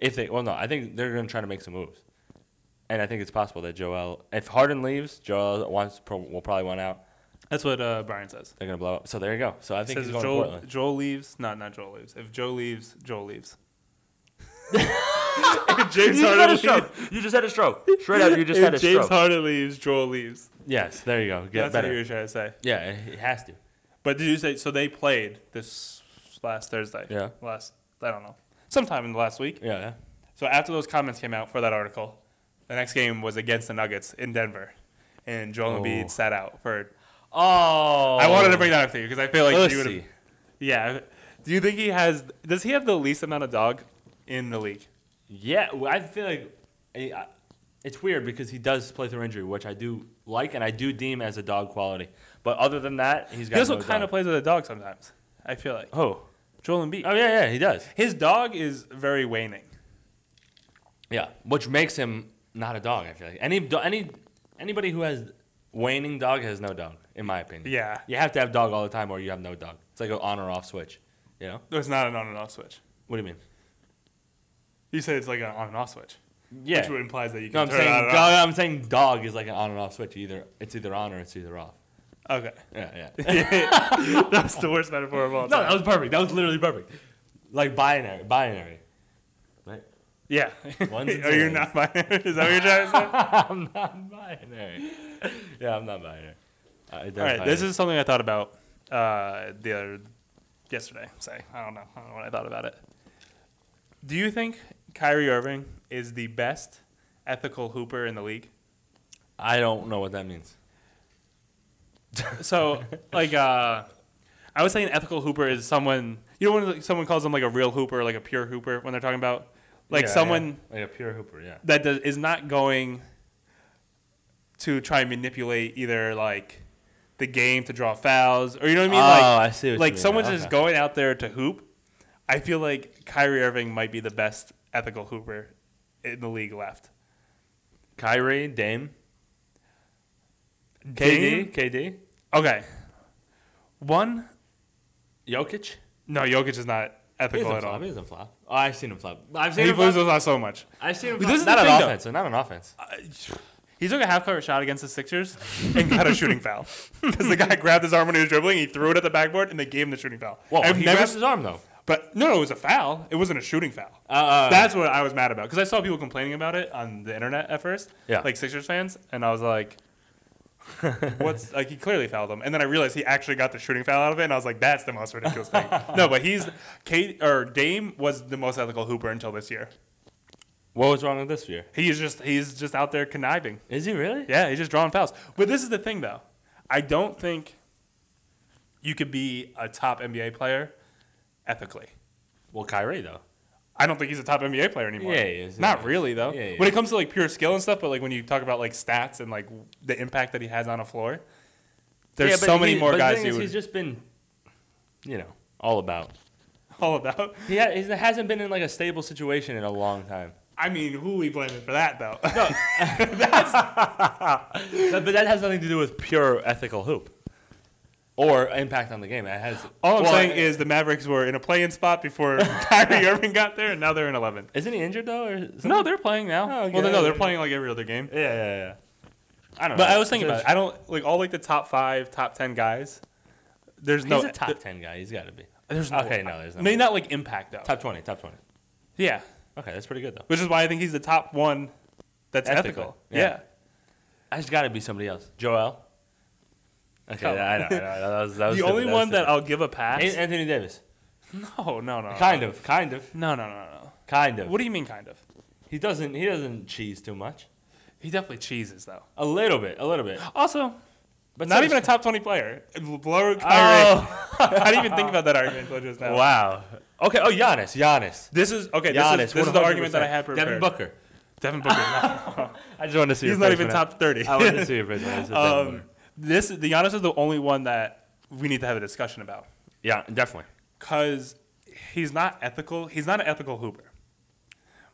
If they, well, no, I think they're gonna try to make some moves, and I think it's possible that Joel, if Harden leaves, Joel wants pro- will probably want out. That's what uh, Brian says. They're gonna blow up. So there you go. So I He think says he's going if to Joel, [LAUGHS] Portland. Joel leaves, no, not Joel leaves. If Joe leaves, Joel leaves. [LAUGHS] if James Harden leaves, You just had a stroke. Straight up, you just if had a James stroke. Harden leaves, Joel leaves. yes, there you go. Get That's what better. you were trying to say. Yeah, it has to. But did you say so? They played this last Thursday. Yeah. Last I don't know, sometime in the last week. Yeah, yeah. So after those comments came out for that article, the next game was against the Nuggets in Denver, and Joel Oh. Embiid sat out for. Oh, I wanted to bring that up to you because I feel like Let's you would see. have. Yeah. Do you think he has? Does he have the least amount of dog in the league? Yeah, well, I feel like I- I- it's weird because he does play through injury, which I do like and I do deem as a dog quality. But other than that, he's got. He also no kind of dog. plays with a dog sometimes. I feel like Oh, Joel Embiid. oh yeah, yeah, he does. His dog is very waning. Yeah, which makes him not a dog. I feel like any do- any anybody who has waning dog has no dog, in my opinion. Yeah. You have to have dog all the time, or you have no dog. It's like an on or off switch. You know? It's not an on and off switch. What do you mean? You said it's like an on and off switch. Yeah. Which implies that you can no, I'm turn it on saying and dog. off. I'm saying dog is like an on and off switch. Either it's either on or it's either off. Okay. Yeah, [LAUGHS] yeah. [LAUGHS] That's the worst metaphor of all no, time. that was perfect. That was literally perfect. Like binary, binary. Right? yeah. Ones and [LAUGHS] Are you zeros. not binary? Is that what you're trying to say? [LAUGHS] I'm not binary. Yeah, I'm not binary. I all right. identify This as- is something I thought about uh, the other yesterday. Say, I don't know. I don't know what I thought about it. Do you think Kyrie Irving is the best ethical hooper in the league? I don't know what that means. [LAUGHS] So, like, uh, I would say an ethical hooper is someone you know when like, someone calls them like a real hooper, like a pure hooper, when they're talking about like Yeah, someone. yeah. like a pure hooper, yeah. that does, is not going to try and manipulate either like the game to draw fouls or you know what I mean Oh, like I see what you like mean. someone's just Okay. going out there to hoop. I feel like Kyrie Irving might be the best ethical hooper in the league left. Kyrie, Dame, Dame? KD, KD, Okay. One Jokic. no, Jokic is not He ethical doesn't at all. flop. He doesn't flop. Oh, I've seen him flop. I've seen He him flop. loses us so much. I've seen him This flop. is the Not thing, on though. offense. Not on offense. He took a half court shot against the Sixers [LAUGHS] and got a shooting foul because the guy grabbed his arm when he was dribbling. He threw it at the backboard and they gave him the shooting foul. Well, I've he never grabs his arm though. But no, it was a foul. It wasn't a shooting foul. Uh, uh, That's what I was mad about because I saw people complaining about it on the internet at first, Yeah. like Sixers fans, and I was like, "What's like?" He clearly fouled him, and then I realized he actually got the shooting foul out of it, and I was like, "That's the most ridiculous [LAUGHS] thing." No, but he's Kate or Dame was the most ethical hooper until this year. what was wrong with this year? He's just he's just out there conniving. Is he really? Yeah, he's just drawing fouls. But this is the thing, though. I don't think you could be a top NBA player ethically. Well, Kyrie though. I don't think he's a top NBA player anymore. Yeah, he is, Not yeah. really though. Yeah, he When is. it comes to like pure skill and stuff, but like when you talk about like stats and like w- the impact that he has on a floor, there's Yeah, but so many he- more but the guys thing who is would he's [LAUGHS] just been, you know, all about. all about. He, ha- he hasn't been in like a stable situation in a long [LAUGHS] time. I mean, who we blaming for that though? But, but that has nothing to do with pure ethical hoop or impact on the game. That has [LAUGHS] all I'm well, uh, saying is the Mavericks were in a play-in [LAUGHS] spot before Kyrie Irving got there, and now they're in 11. isn't he injured though? Or No, they're playing now. Oh, okay. Well, no, they're playing like every other game. yeah, yeah, yeah. I don't know. But I was thinking about it. I don't like all like the top five, top ten guys. There's He's no a top th- ten guy. He's got to be. There's no Okay, no, there's no. maybe not like impact though. Top twenty. Top twenty. Yeah, Okay, that's pretty good though. which is why I think he's the top one. That's Ethically, ethical. yeah. Yeah. That's got to be somebody else. Joel. Okay, Come I know. I know. That [LAUGHS] was, that was The stupid, only was one that stupid. I'll give a pass. An- Anthony Davis. no, no, no. Kind of. Kind of. No, no, no, no. Kind of. Um, What do you mean, kind of? He doesn't. He doesn't cheese too much. He definitely cheeses though. A little bit. A little bit. Also, But not so even a does- top twenty player. Below Kyrie. Oh. [LAUGHS] I didn't even think about that argument until just [LAUGHS] now. Wow. Okay. Oh, Giannis. Giannis. This is okay. This, Giannis. is, this is the argument that I had 100%. prepared. Devin Booker. [LAUGHS] Devin Booker. no. I just wanted to see. He's your not face even when I- top thirty. I [LAUGHS] wanted to see your face. when I said Devin Um, Booker. this the Giannis is the only one that we need to have a discussion about Yeah, definitely. because he's not ethical. He's not an ethical hooper,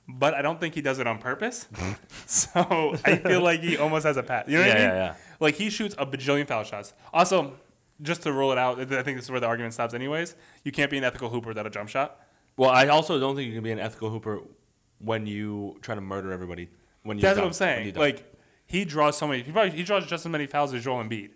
but I don't think he does it on [LAUGHS] purpose. so I feel like he almost has a pass. You know what Yeah, I yeah, mean? yeah. Like he shoots a bajillion foul shots. Also, just to rule it out, I think this is where the argument stops. Anyways, you can't be an ethical hooper without a jump shot. Well, I also don't think you can be an ethical hooper when you try to murder everybody. When you That's dunk, what I'm when you saying. dunk. Like he draws so many. He probably he draws just as many fouls as Joel Embiid.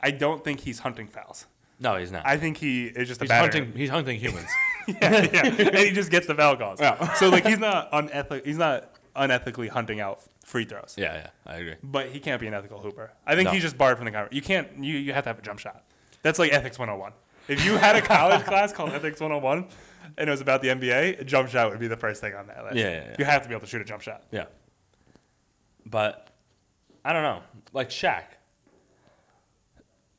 I don't think he's hunting fouls. no, he's not. I think he is just a he's batterer. hunting. He's hunting [LAUGHS] humans. yeah, yeah. and he just gets the foul calls. so like he's not unethic. He's not unethically hunting out free throws. yeah, yeah, I agree. But he can't be an ethical hooper. I think No. he's just barred from the conference. You can't. You you have to have a jump shot. That's like ethics 101. If you had a [LAUGHS] college class called ethics 101 and it was about the NBA, a jump shot would be the first thing on that list. Yeah, yeah, yeah. You have to be able to shoot a jump shot. Yeah. But I don't know. Like Shaq.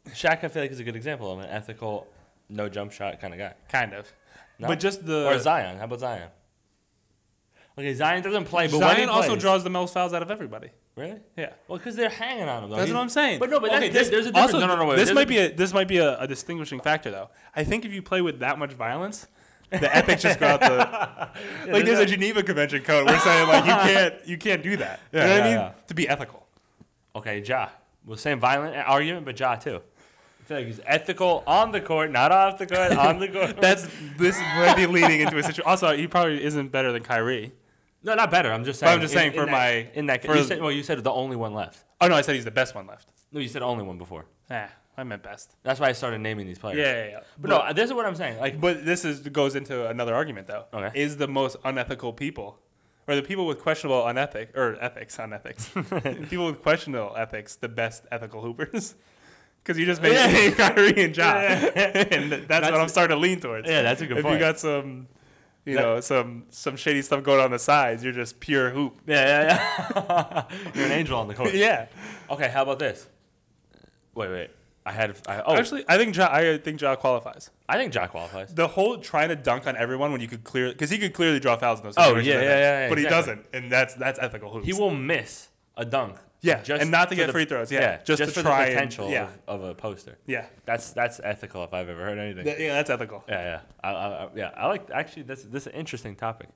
Shaq, I feel like is a good example of an ethical, no jump shot kind of guy. Kind of. No? But just the or Zion. How about Zion? Okay, Zion doesn't play, but when he Zion also plays- draws the most fouls out of everybody. Really? Yeah. Well, because they're hanging on him. Though. That's He's- what I'm saying. But no, but Okay, that's, this- there's a difference. Also, no, no, no. Wait, this there's might be a this might be a, a distinguishing factor though. I think if you play with that much violence, [LAUGHS] the ethics just go out the like. There's a Geneva Convention code. We're [LAUGHS] saying like you can't you can't do that. you Yeah, know what I yeah, mean? yeah. To be ethical. Okay, Ja. Well, same violent argument, but Ja too. I feel like he's ethical on the court, not off the court, on the court. That's this might be leading into a situation. Also, he probably isn't better than Kyrie. [LAUGHS] no, not better. I'm just saying. I'm just saying for that- my- in that. for- you said, well, you said the only one left. Oh no, I said he's the best one left. No, you said only one before. Ah, I meant best. That's why I started naming these players. Yeah, yeah, yeah. But no, this is what I'm saying. Like, But this is goes into another argument though. Okay. Is the most unethical people, or the people with questionable unethic or ethics [LAUGHS] unethics, people with questionable ethics, the best ethical hoopers? [LAUGHS] Because [LAUGHS] you just made Yeah. yeah. Kyrie and Ja, [LAUGHS] and that's, what I'm starting to lean towards. Yeah, that's a good if point. you got some, you That- know, some some shady stuff going on the sides, you're just [LAUGHS] pure hoop. yeah, yeah, yeah. [LAUGHS] You're an angel on the [LAUGHS] court. yeah. Okay, how about this? Wait, wait. I had. I, oh, Actually, I think Ja, I think Ja qualifies. I think Ja qualifies. The whole trying to dunk on everyone when you could clear because he could clearly draw fouls in those. Oh, situations, yeah, I yeah, think. yeah, yeah, But exactly. he doesn't, and that's that's ethical hoops. He will miss a dunk. Yeah, and not for to get free throws, yeah, just to for try the and- potential yeah. of, of a poster. Yeah. That's that's ethical if I've ever heard anything. Th- yeah, that's ethical. yeah, yeah. I, I, I, yeah, I like actually. This this is an interesting topic.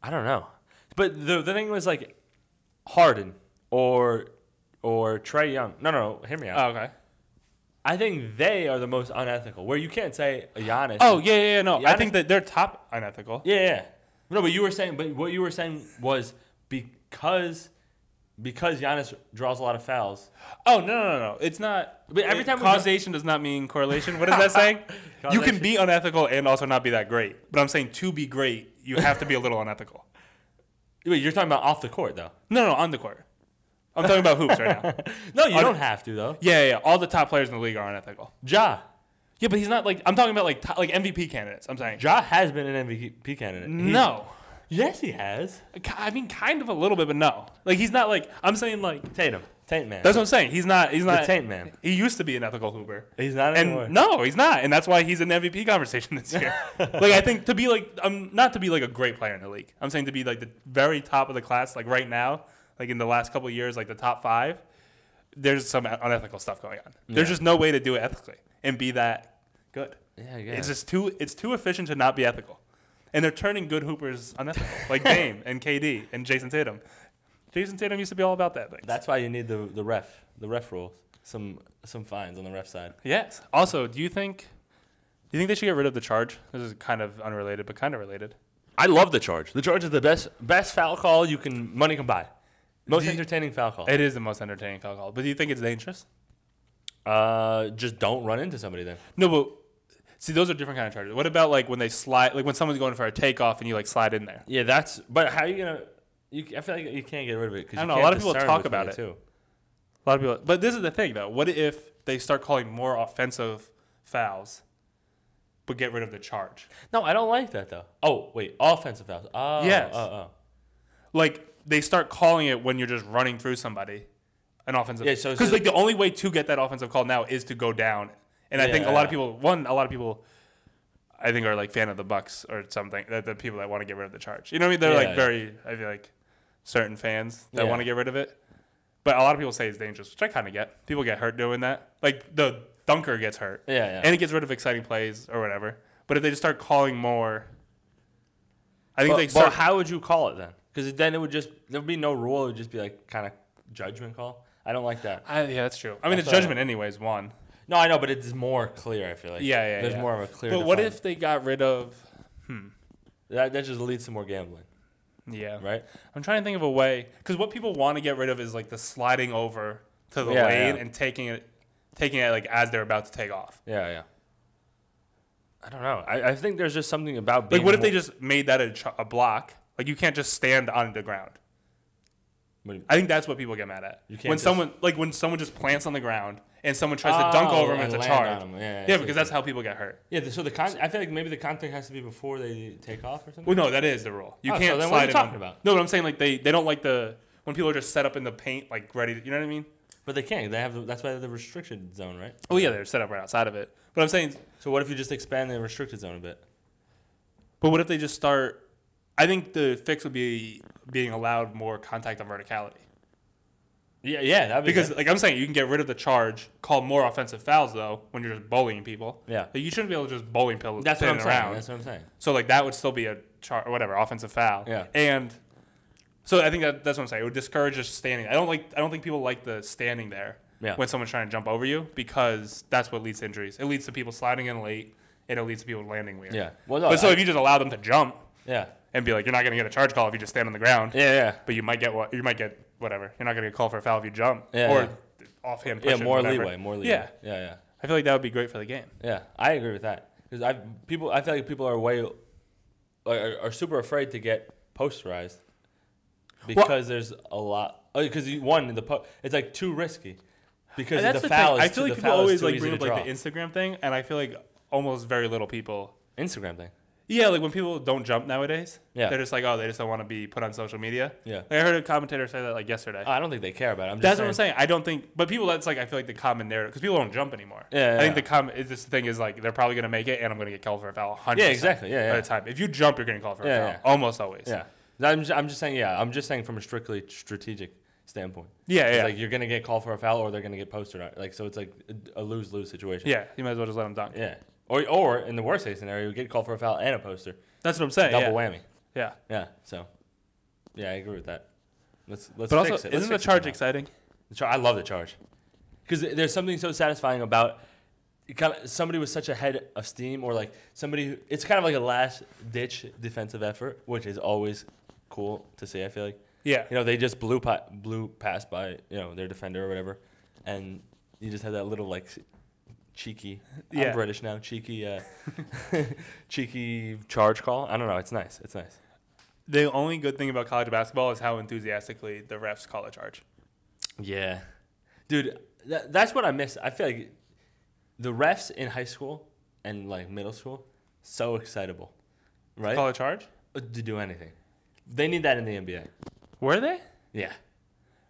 I don't know, but the the thing was like Harden or or Trey Young. No, no, no, hear me out. okay. I think they are the most unethical. Where you can't say Giannis. Oh yeah, yeah, yeah, no. I Giannis- think that they're top unethical. Yeah, yeah. No, but you were saying, but what you were saying was because because Giannis draws a lot of fouls. Oh no, no, no, no. It's not. But every it- time we- causation does not mean correlation. What is [LAUGHS] that saying? you can be unethical and also not be that great. But I'm saying to be great, you have to be a [LAUGHS] little unethical. Wait, you're talking about off the court though. [LAUGHS] No, no, on the court. I'm talking about hoops right now. No, you On- don't have to though. Yeah, yeah, yeah. All the top players in the league are unethical. Ja, Yeah, but he's not like I'm talking about like top, like MVP candidates. I'm saying Ja has been an MVP candidate. He's- no. Yes, he has. Ki- I mean, kind of a little bit, but no. Like he's not like I'm saying like Tatum. Taint man. That's what I'm saying. He's not. He's the not. taint man. He used to be an ethical Hooper. He's not and anymore. no, he's not, and that's why he's in the MVP [LAUGHS] conversation [LAUGHS] this year. like I think to be like, um, not to be like a great player in the league. I'm saying to be like the very top of the class, like right now, like in the last couple of years, like the top five. There's some unethical stuff going on. There's Yeah. just no way to do it ethically and be that good. Yeah, yeah. It's just too. It's too efficient to not be ethical, and they're turning good hoopers unethical, [LAUGHS] like Dame and KD and Jason Tatum. Jason Tatum used to be all about that thing. That's why you need the the ref, the ref rules, some some fines on the ref side. Yes. Also, do you think do you think they should get rid of the charge? This is kind of unrelated, but kind of related. I love the charge. The charge is the best best foul call you can money can buy. Most Do you- entertaining foul call. It is the most entertaining foul call, but do you think it's dangerous? Uh, just don't run into somebody then. No, but see, those are different kind of charges. What about like when they slide, like when someone's going for a takeoff and you like slide in there? Yeah, that's. But how you gonna? You, I feel like you can't get rid of it. Cause I you don't know, a can't lot of people discern talk between about the it. Two. A lot of people. But this is the thing, though. What if they start calling more offensive fouls, but get rid of the charge? No, I don't like that though. Oh wait, offensive fouls. Oh, Yes. Oh, oh. Like they start calling it when you're just running through somebody, an offensive. Yeah, so it's because just- like the only way to get that offensive call now is to go down, and I think a lot of Yeah. people. One, a lot of people. I think are like fan of the Bucks or something. That the people that want to get rid of the charge. You know what I mean? They're Yeah, like yeah. very. I feel like certain fans that Yeah. want to get rid of it, but a lot of people say it's dangerous, which I kind of get. People get hurt doing that. Like the dunker gets hurt, Yeah, yeah. and it gets rid of exciting plays or whatever. But if they just start calling more, I think But, they but start. how would you call it then? Because then it would just there would be no rule. It would just be like kind of judgment call. I don't like that. I, yeah, that's true. I mean, That's it's what I- judgment anyways. One. No, I know, but it's more clear. I feel like. Yeah, yeah. There's yeah. more of a clear. But what define- if they got rid of? that, that just leads to more gambling, Yeah, right? I'm trying to think of a way because what people want to get rid of is like the sliding over to the Yeah, lane yeah. and taking it, taking it like as they're about to take off. Yeah, yeah. I don't know. I, I think there's just something about being Like, what if more- they just made that a, ch- a block? Like, you can't just stand on the ground. What do you- I think that's what people get mad at. You can't when just- someone like when someone just plants on the ground and someone tries to dunk Oh, over him and and it's a land charge. on 'em. Yeah, Yeah, yeah, I see what because that's how people get hurt. Yeah, the- so the con- I feel like maybe the contact has to be before they take off or something. Well, no, that is the rule. You Oh, so can't then slide what are you it talking on- about? No, but I'm saying like they, they don't like the when people are just set up in the paint like ready. To, you know what I mean? But they can't. They have the, that's why they have the restricted zone, right? Oh yeah, they're set up right outside of it. But I'm saying, So what if you just expand the restricted zone a bit? but what if they just start? I think the fix would be being allowed more contact on verticality. Yeah, yeah, that'd be Because good. like I'm saying, you can get rid of the charge, call more offensive fouls though when you're just bullying people. Yeah. Like, you shouldn't be able to just bowling people. that's what I'm saying. around. That's what I'm saying. So like that would still be a char or whatever offensive foul. Yeah. And so I think that that's what I'm saying. It would discourage just standing. I don't like. I don't think people like the standing there Yeah. when someone's trying to jump over you because that's what leads to injuries. It leads to people sliding in late and it leads to people landing weird. Yeah. Well, no, but so I- if you just allow them to jump Yeah, and be like, you're not gonna get a charge call if you just stand on the ground. yeah, yeah. But you might get what you might get whatever. You're not gonna get called for a foul if you jump. Yeah, Or yeah. th- offhand. Yeah, pushing, more whatever. leeway, more leeway. Yeah. yeah, yeah, I feel like that would be great for the game. yeah. I agree with that because I people I feel like people are way are, are super afraid to get posterized because there's a lot because you one the po- it's like too risky because And of the foul. thing. Is I feel too, like the people foul is always too like easy bring to up like the draw. Instagram thing, and I feel like almost very little people. Instagram thing. Yeah, like when people don't jump nowadays, Yeah. they're just like, oh, they just don't want to be put on social media. Yeah. like I heard a commentator say that like yesterday. I don't think they care about it. I'm just that's what I'm saying. I don't think, but people, that's like I feel like the common narrative because people don't jump anymore. Yeah, I think yeah. the common is this thing is like they're probably gonna make it, and I'm gonna get called for a foul. 100 Yeah, exactly. Yeah, yeah. By the time if you jump, you're gonna call for Yeah, a foul yeah. almost always. Yeah. No, I'm just, I'm just saying, yeah. I'm just saying from a strictly strategic standpoint. yeah, It's yeah. like you're going to get called for a foul or they're going to get posted. on- Like, so it's like a- a lose lose situation. yeah, you might as well just let them dunk. Yeah. Or, or in the worst case scenario, you get called for a foul and a poster. That's what I'm [LAUGHS] saying. Double yeah. whammy. Yeah, Yeah. So, yeah, I agree with that. Let's, let's but fix also, it. Let's isn't the fix it charge somehow. exciting? The char- I love the charge because there's something so satisfying about kind of somebody with such a head of steam or like somebody. Who, it's kind of like a last ditch defensive effort, which is always cool to see. I feel like Yeah, you know they just blew pa- blew past by you know their defender or whatever, and you just had that little like cheeky. Yeah. I'm British now. Cheeky, uh, [LAUGHS] cheeky charge call. I don't know. It's nice. It's nice. The only good thing about college basketball is how enthusiastically the refs call a charge. Yeah, dude, that, that's what I miss. I feel like the refs in high school and like middle school so excitable, right? Call a charge? Uh, to do anything, they need that in the NBA. Were they? Yeah,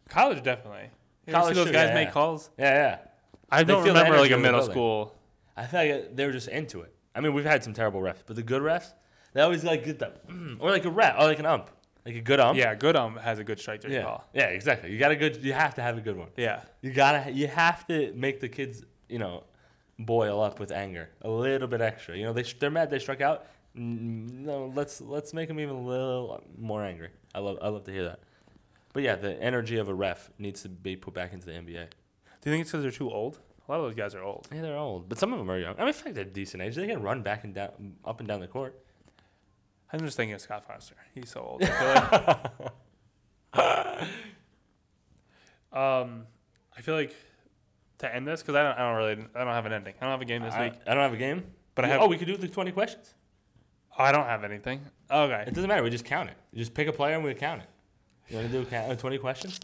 College definitely. You ever see College those too, guys yeah, make yeah. calls? Yeah, yeah. I They don't feel the remember like energy a of the middle building. school. I feel like they were just into it. I mean, we've had some terrible refs, but the good refs, they always like get the [CLEARS THROAT] or like a ref or like an ump, like a good ump. Yeah, Goodum has a good strike three yeah, call. yeah, exactly. You got a good. You have to have a good one. Yeah. You gotta. You have to make the kids, you know, boil up with anger a little bit extra. You know, they sh- they're mad they struck out. Mm, No, let's let's make them even a little more angry. I love I love to hear that. But yeah, the energy of a ref needs to be put back into the NBA. Do you think it's because they're too old? A lot of those guys are old. Yeah, they're old, but some of them are young. I mean, I feel like they're decent age. They can run back and down, up and down the court. I'm just thinking of Scott Foster. He's so old. I feel [LAUGHS] like- um, I feel like to end this because I don't, I don't really, I don't have an ending. I don't have a game this I, week. I don't have a game, But I We- have- Oh, we could do the twenty questions. Oh, I don't have anything. Okay. It doesn't matter. We just count it. You just pick a player and we count it. You want to do a count, uh, twenty questions?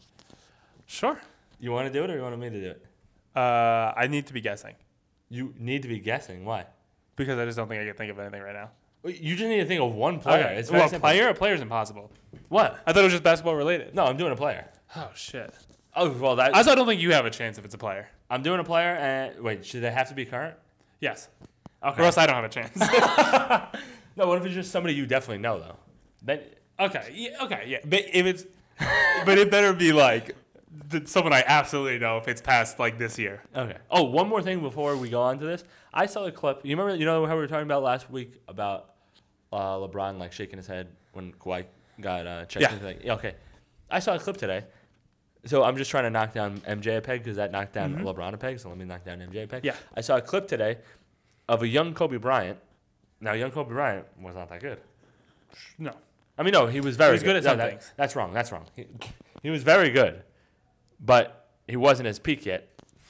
Sure. You want to do it or you want me to do it? Uh, I need to be guessing You need to be guessing. Why? because I just don't think I can think of anything right now. You just need to think of one player. It's very well, simple. player? A player's impossible. What? I thought it was just basketball related. No, I'm doing a player. Oh, shit. Oh well, that I also don't think you have a chance if it's a player. I'm doing a player. And wait, should they have to be current? Yes. Okay. Or else I don't have a chance. [LAUGHS] no, what if it's just somebody you definitely know though? Then Okay. Yeah, okay. Yeah. But if it's, but it better be like th- someone I absolutely know if it's past like this year. Okay. Oh, one more thing before we go on to this. I saw a clip. You remember? You know how we were talking about last week about uh, LeBron like shaking his head when Kawhi got uh, checked. Yeah. into, like- yeah. Okay. I saw a clip today. So I'm just trying to knock down MJ a peg because that knocked down LeBron a peg. So let me knock down MJ a peg. Mm-hmm. Yeah. I saw a clip today of a young Kobe Bryant. Now, young Kobe Bryant was not that good. No. I mean, no, he was very was good at No, some that- things. That's wrong. That's wrong. He, he was very good, but he wasn't his peak yet.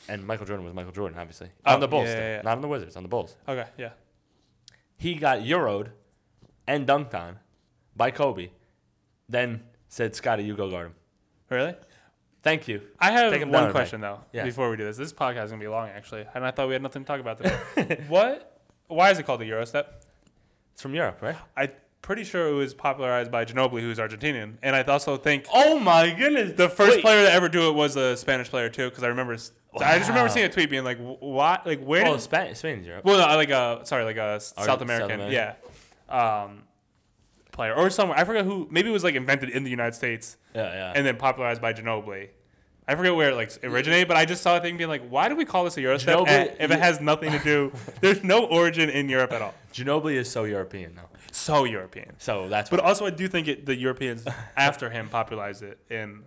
And Michael Jordan was Michael Jordan, obviously. Oh, on the Bulls, yeah, still, yeah, yeah. not on the Wizards, on the Bulls. Okay. Yeah. He got Euroed and dunked on by Kobe, then said, Scotty, you go guard him. Really? Thank you. I have Take him down one a question though. Yeah. Before we do this, this podcast is gonna be long actually, and I thought we had nothing to talk about [LAUGHS] today. what? Why is it called the Eurostep? It's from Europe, right? I'm pretty sure it was popularized by Ginobili, who's Argentinian, and I also think Oh, my goodness. the first Wait. player to ever do it was a Spanish player too. Because I remember, s I I just remember Wow. seeing a tweet being like, "Wh- "Why? Like where?" Oh, did, Spain, Spain's Europe. Well, no, like a sorry, like a s- Or South South American, American. yeah, um, player or somewhere. I forget who. Maybe it was like invented in the United States Yeah, yeah. and then popularized by Ginobili. I forget where it like originated, but I just saw a thing being like, "Why do we call this a Eurostep Ginobili- eh, if it you- has nothing [LAUGHS] to do? There's no origin in Europe at all. Ginobili is so European, though. So European." So that's But what. also, I do think it, the [LAUGHS] Europeans after him popularized it in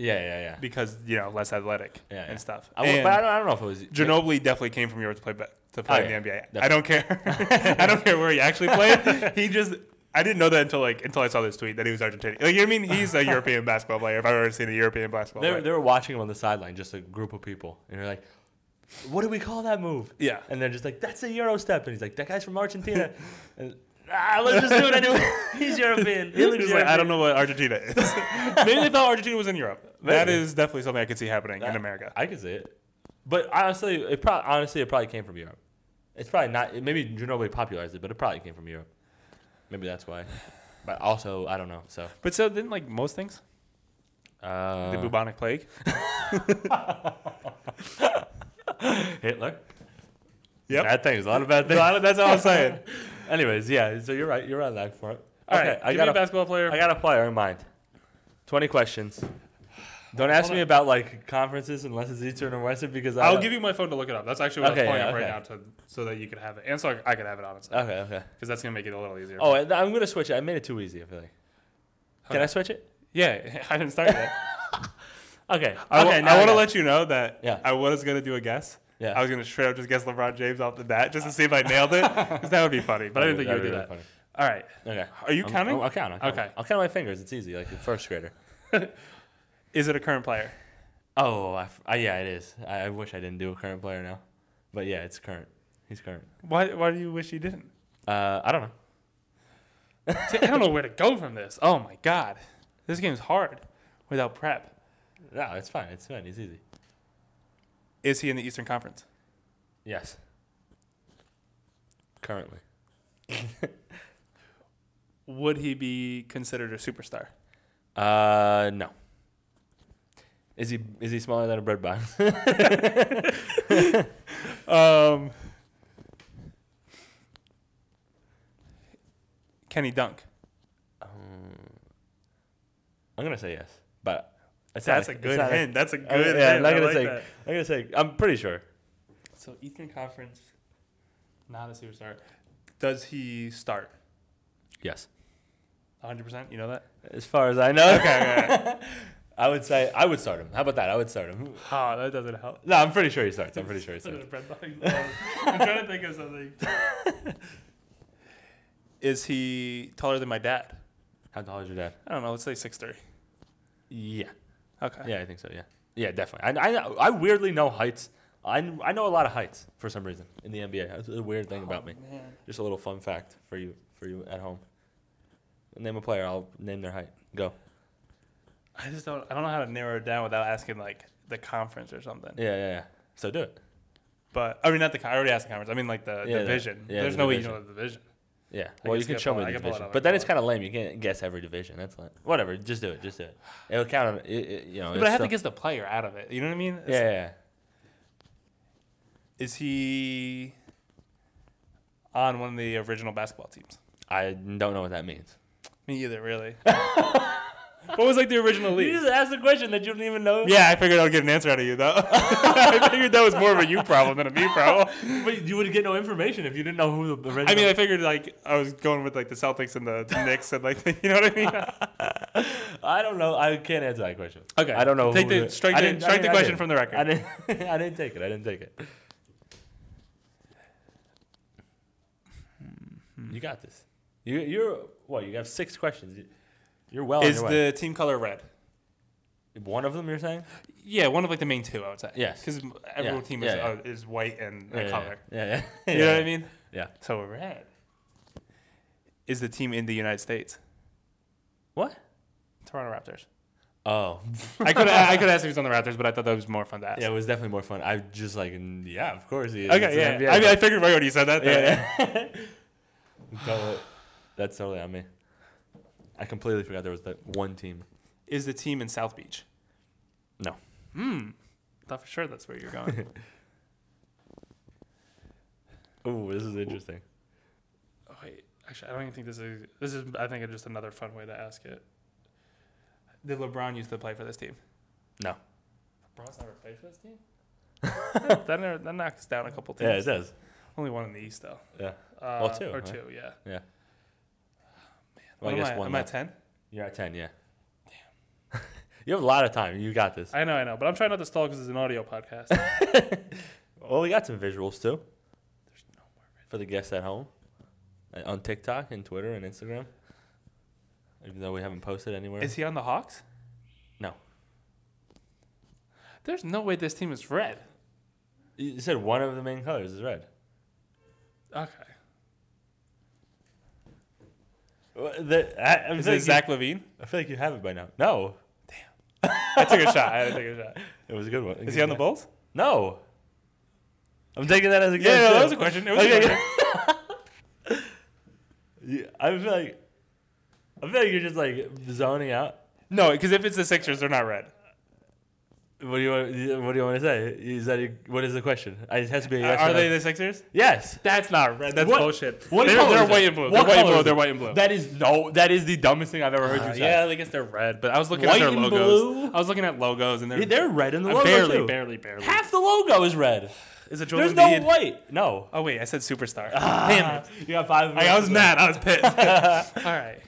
yeah, yeah, yeah. because you know less athletic Yeah, yeah. and stuff. I, w- And but I don't, I don't know if it was. Ginobili definitely came from Europe to play ba- to play Oh, in yeah. the NBA. Definitely. I don't care. [LAUGHS] I don't care where he actually played. He just I didn't know that until like until I saw this tweet that he was Argentinian. Like you know what I mean he's a European basketball player if I've ever seen a European basketball They were, player. they were watching him on the sideline, just a group of people, and they're like, "What do we call that move?" Yeah. and they're just like, "That's a Euro step," and he's like, "That guy's from [LAUGHS] Argentina." and, ah, let's just do it anyway. [LAUGHS] He's European. He looks He's like, I European." don't know what Argentina is. Maybe they thought Argentina was in Europe. That Maybe. is definitely something I could see happening in I- America. I can see it, but honestly, it probably honestly it probably came from Europe. It's probably not. It, maybe Ginobili popularized it, but it probably came from Europe. Maybe that's why. But also, I don't know. So But so didn't like most things uh, the bubonic plague. Hitler. Yep. bad things. A lot of bad A things. lot of- that's all I'm saying. [LAUGHS] Anyways, yeah. So you're right. You're on that front. All right, I give got me a a basketball player. I got a player in mind. 20 questions. Don't ask Hold me on. about like conferences unless it's Eastern or Western because I I'll don't- give you my phone to look it up. That's actually what Okay, I'm pulling yeah, up right okay. now to so that you could have it, and so I, I could have it honestly Okay, okay. because that's gonna make it a little easier. Oh, and I'm gonna switch it. I made it too easy. I feel like. Can Okay. I switch it? yeah, [LAUGHS] I didn't [LAUGHS] start that. Okay. I, okay. now want to got- let you know that Yeah. I was gonna do a guess. Yeah. I was gonna straight up just guess LeBron James off the bat just to see if I nailed it, 'cause that would be funny. But I didn't think you That'd would be do that. really All right, funny. Um, oh, Okay. are you I'm- counting? I'll, I'll count. I'll count. Okay. I'll count my fingers. It's easy, like a first grader. Is it a current player? Oh, I f I yeah, it is. I, I wish I didn't do a current player now, but yeah, it's current. He's current. Why? Why do you wish you didn't? Uh, I don't know. See, [LAUGHS] I don't know where to go from this. Oh my god, this game's hard without prep. No, it's fine. It's fine. It's easy. Is he in the Eastern Conference? Yes. Currently. Would he be considered a superstar? Uh, no. Is he is he smaller than a bread box? [LAUGHS] Um, can he dunk? I'm gonna say yes, but it's not That's a it's good not hint. That's a good I'm, hint. yeah, I'm not I gonna like say. that. I'm gonna say. I'm pretty sure. So Eastern Conference, not a superstar. Does he start? Yes. 100%. You know that? As far as I know, Okay. okay. [LAUGHS] I would say I would start him. How about that? I would start him. oh, that doesn't help. No, I'm pretty sure he starts. I'm pretty sure he starts. I'm trying to think of something. [LAUGHS] Is he taller than my dad? How tall is your dad? I don't know. Let's say six three. Yeah. Okay. Yeah, I think so. Yeah. Yeah, definitely. I I, know- I weirdly know heights. I, kn- I know a lot of heights for some reason in the NBA. That's a weird thing about me. Man. Just a little fun fact for you for you at home. Name a player. I'll name their height. Go. I just don't. I don't know how to narrow it down without asking like the conference or something. Yeah, yeah, yeah. So do it. But I mean, not the. con- I already asked the conference. I mean, like the Yeah, the- division. yeah, There's the no way you division. know the division. Yeah. I Well, guess you can I could show pull- me I the could pull it division, up, I but could then pull it's it kind of lame. You can't guess every division. That's like whatever. Just do it. Just do it. It'll count. On, it, it, you know. But it's I have to still- guess the player out of it. You know what I mean? It's- Yeah, yeah, yeah. Is he on one of the original basketball teams? I don't know what that means. Me either, [LAUGHS] really. what was like the original league? asked a question that you don't even know. Yeah, I figured I would get an answer out of you though. [LAUGHS] I figured that was more of a you problem than a me problem. but you would get no information if you didn't know who the original. I mean, I figured like I was going with like the Celtics and the Knicks and like [LAUGHS] you know what I mean. I don't know. I can't answer that question. Okay. I don't know. Take who the- strike I the- didn't- I strike didn't- the I question didn't. from the record. I didn't. [LAUGHS] I didn't take it. I didn't take it. You got this. You you're what? You have six questions. You're well. Is on your the team color red? way. one of them? You're saying? Yeah, one of like the main two, I would say. Yes. because every Yeah, team yeah, is, yeah. Uh, is white and, Yeah, and yeah, color. Yeah. yeah, You know what I mean? Yeah. So red. Is the team in the United States? What? Toronto Raptors. Oh. I could I could ask if he's on the Raptors, but I thought that was more fun to ask. Yeah, it was definitely more fun. I just like, mm, yeah, of course he is. It's Okay, an yeah. NBA I mean, guy. I figured right when you said that. that- yeah. [LAUGHS] yeah. Totally. That's totally on me. I completely forgot there was that one team. [LAUGHS] Is the team in South Beach? No. Hmm. Thought for sure that's where [LAUGHS] you're going. Oh, this is interesting. oh, wait, actually, I don't even think this is. This is. I think it's just another fun way to ask it. Did LeBron used to play for this team? No. LeBron's never played for [LAUGHS] this team. [LAUGHS] that, never- that knocks down a couple teams. Yeah, it does. Only one in the East though. Yeah. Uh, Well, two, or right? two, yeah. Yeah. What Well, I am guess I, one am I left. ten? You're at 10, yeah. Damn. [LAUGHS] you have a lot of time. You got this. I know, I know, but I'm trying not to stall because it's an audio [LAUGHS] podcast. Well, we got some visuals too. For the guests at home, uh, on TikTok and Twitter and Instagram. Even though we haven't posted anywhere. is he on the Hawks? no. There's no way this team is red. You said one of the main colors is red. Okay. Well, The, I, I, Is feel it like Zach [LAUGHS] Levine? you, I feel like you have it by now. No. I took a shot. I had to take a [LAUGHS] shot. It was a good one. Is he on the Bulls? No. I'm taking that as a Yeah, guess. no, that too. was a question. It was Okay. a [LAUGHS] question. Yeah, I feel like I feel like you're just like zoning out. No, because if it's the Sixers, they're not red. What do you want? What do you want to say? Is that a, what is the question? It has to be. A yes or Are no. they the Sixers? Yes. That's not red. That's What- bullshit. what they're color they're is it? white and blue. What they're white and color blue. is They're it? white and blue. That is no. That is the dumbest thing I've ever heard Uh, you say. yeah, I guess they're red. But I was looking White at their and logos. blue? I was looking at logos and they're, Yeah, They're red in the I logo barely, too. barely, barely, Half the logo is red. Is it Ah. There's Jordan no white. No. Oh wait, I said superstar. Damn it. [LAUGHS] You got five. Like, I was minutes. mad. I was pissed. [LAUGHS] All right.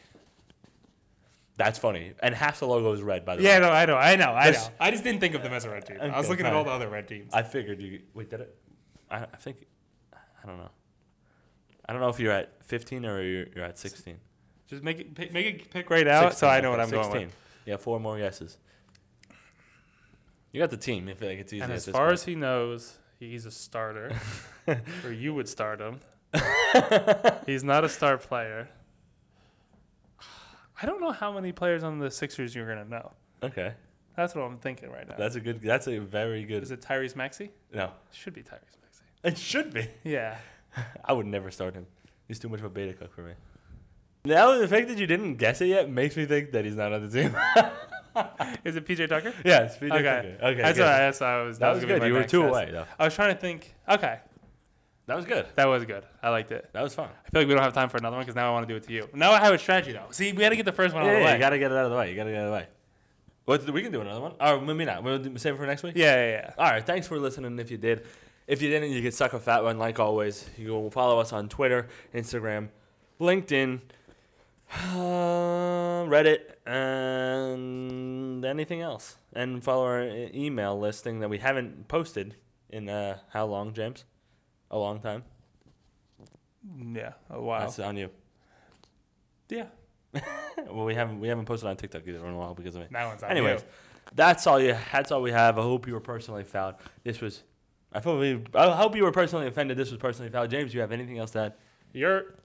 [LAUGHS] That's funny. And half the logo is red. By the way. Yeah, no, I know, I know, I know. This- I just didn't think of them as a red team. I was Okay, looking at fine. all the other red teams. I figured you wait. Did it? I, I think I don't know. I don't know if you're at 15 or you're, you're at 16. Just make it, pick, make a pick right out, 16, so I know what okay, I'm going with. Yeah, four more guesses. You got the team. I feel like it's easy. And at as this far point. as he knows, he's [LAUGHS] a starter, or you would start him. he's not a star player. [SIGHS] I don't know how many players on the Sixers you're gonna know. [LAUGHS] okay, That's what I'm thinking right now. that's a good. That's a very good. Is it Tyrese Maxey? no, Should be Tyrese Maxey. it should be. Yeah. I would never start him. He's too much of a beta cook for me. Now the fact that you didn't guess it yet makes me think that he's not on the team. Is it PJ Tucker? [LAUGHS] Yeah, it's PJ Okay. Tucker. Okay, That's good. what I, that's what I was. That was gonna be good. my You were next two guess. away, though. I was trying to think. Okay, That was good. that was good. I liked it. That was fun. I feel like we don't have time for another one because now I want to do it to you. Now I have a strategy though. See, we had to get the first one out Yeah, of the yeah, way. you gotta get it out of the way. You gotta get it out of the way. What, we can do another one. Or maybe not. We'll do- save it for next week? yeah, yeah, yeah. All right. Thanks for listening. If you did, if you didn't, you can suck a fat one. Like always, you can follow us on Twitter, Instagram, LinkedIn, uh, Reddit, and anything else. And follow our e- email listing that we haven't posted in uh, how long, James? A long time. Yeah, oh, a while. That's on you. yeah, [LAUGHS] Well, we haven't we haven't posted on TikTok either in a while because of me. that one's out. Anyways, that's all you. That's all we have. I hope you were personally fouled. This was. I hope we. I hope you were personally offended. This was personally fouled. James, do you have anything else to add? you're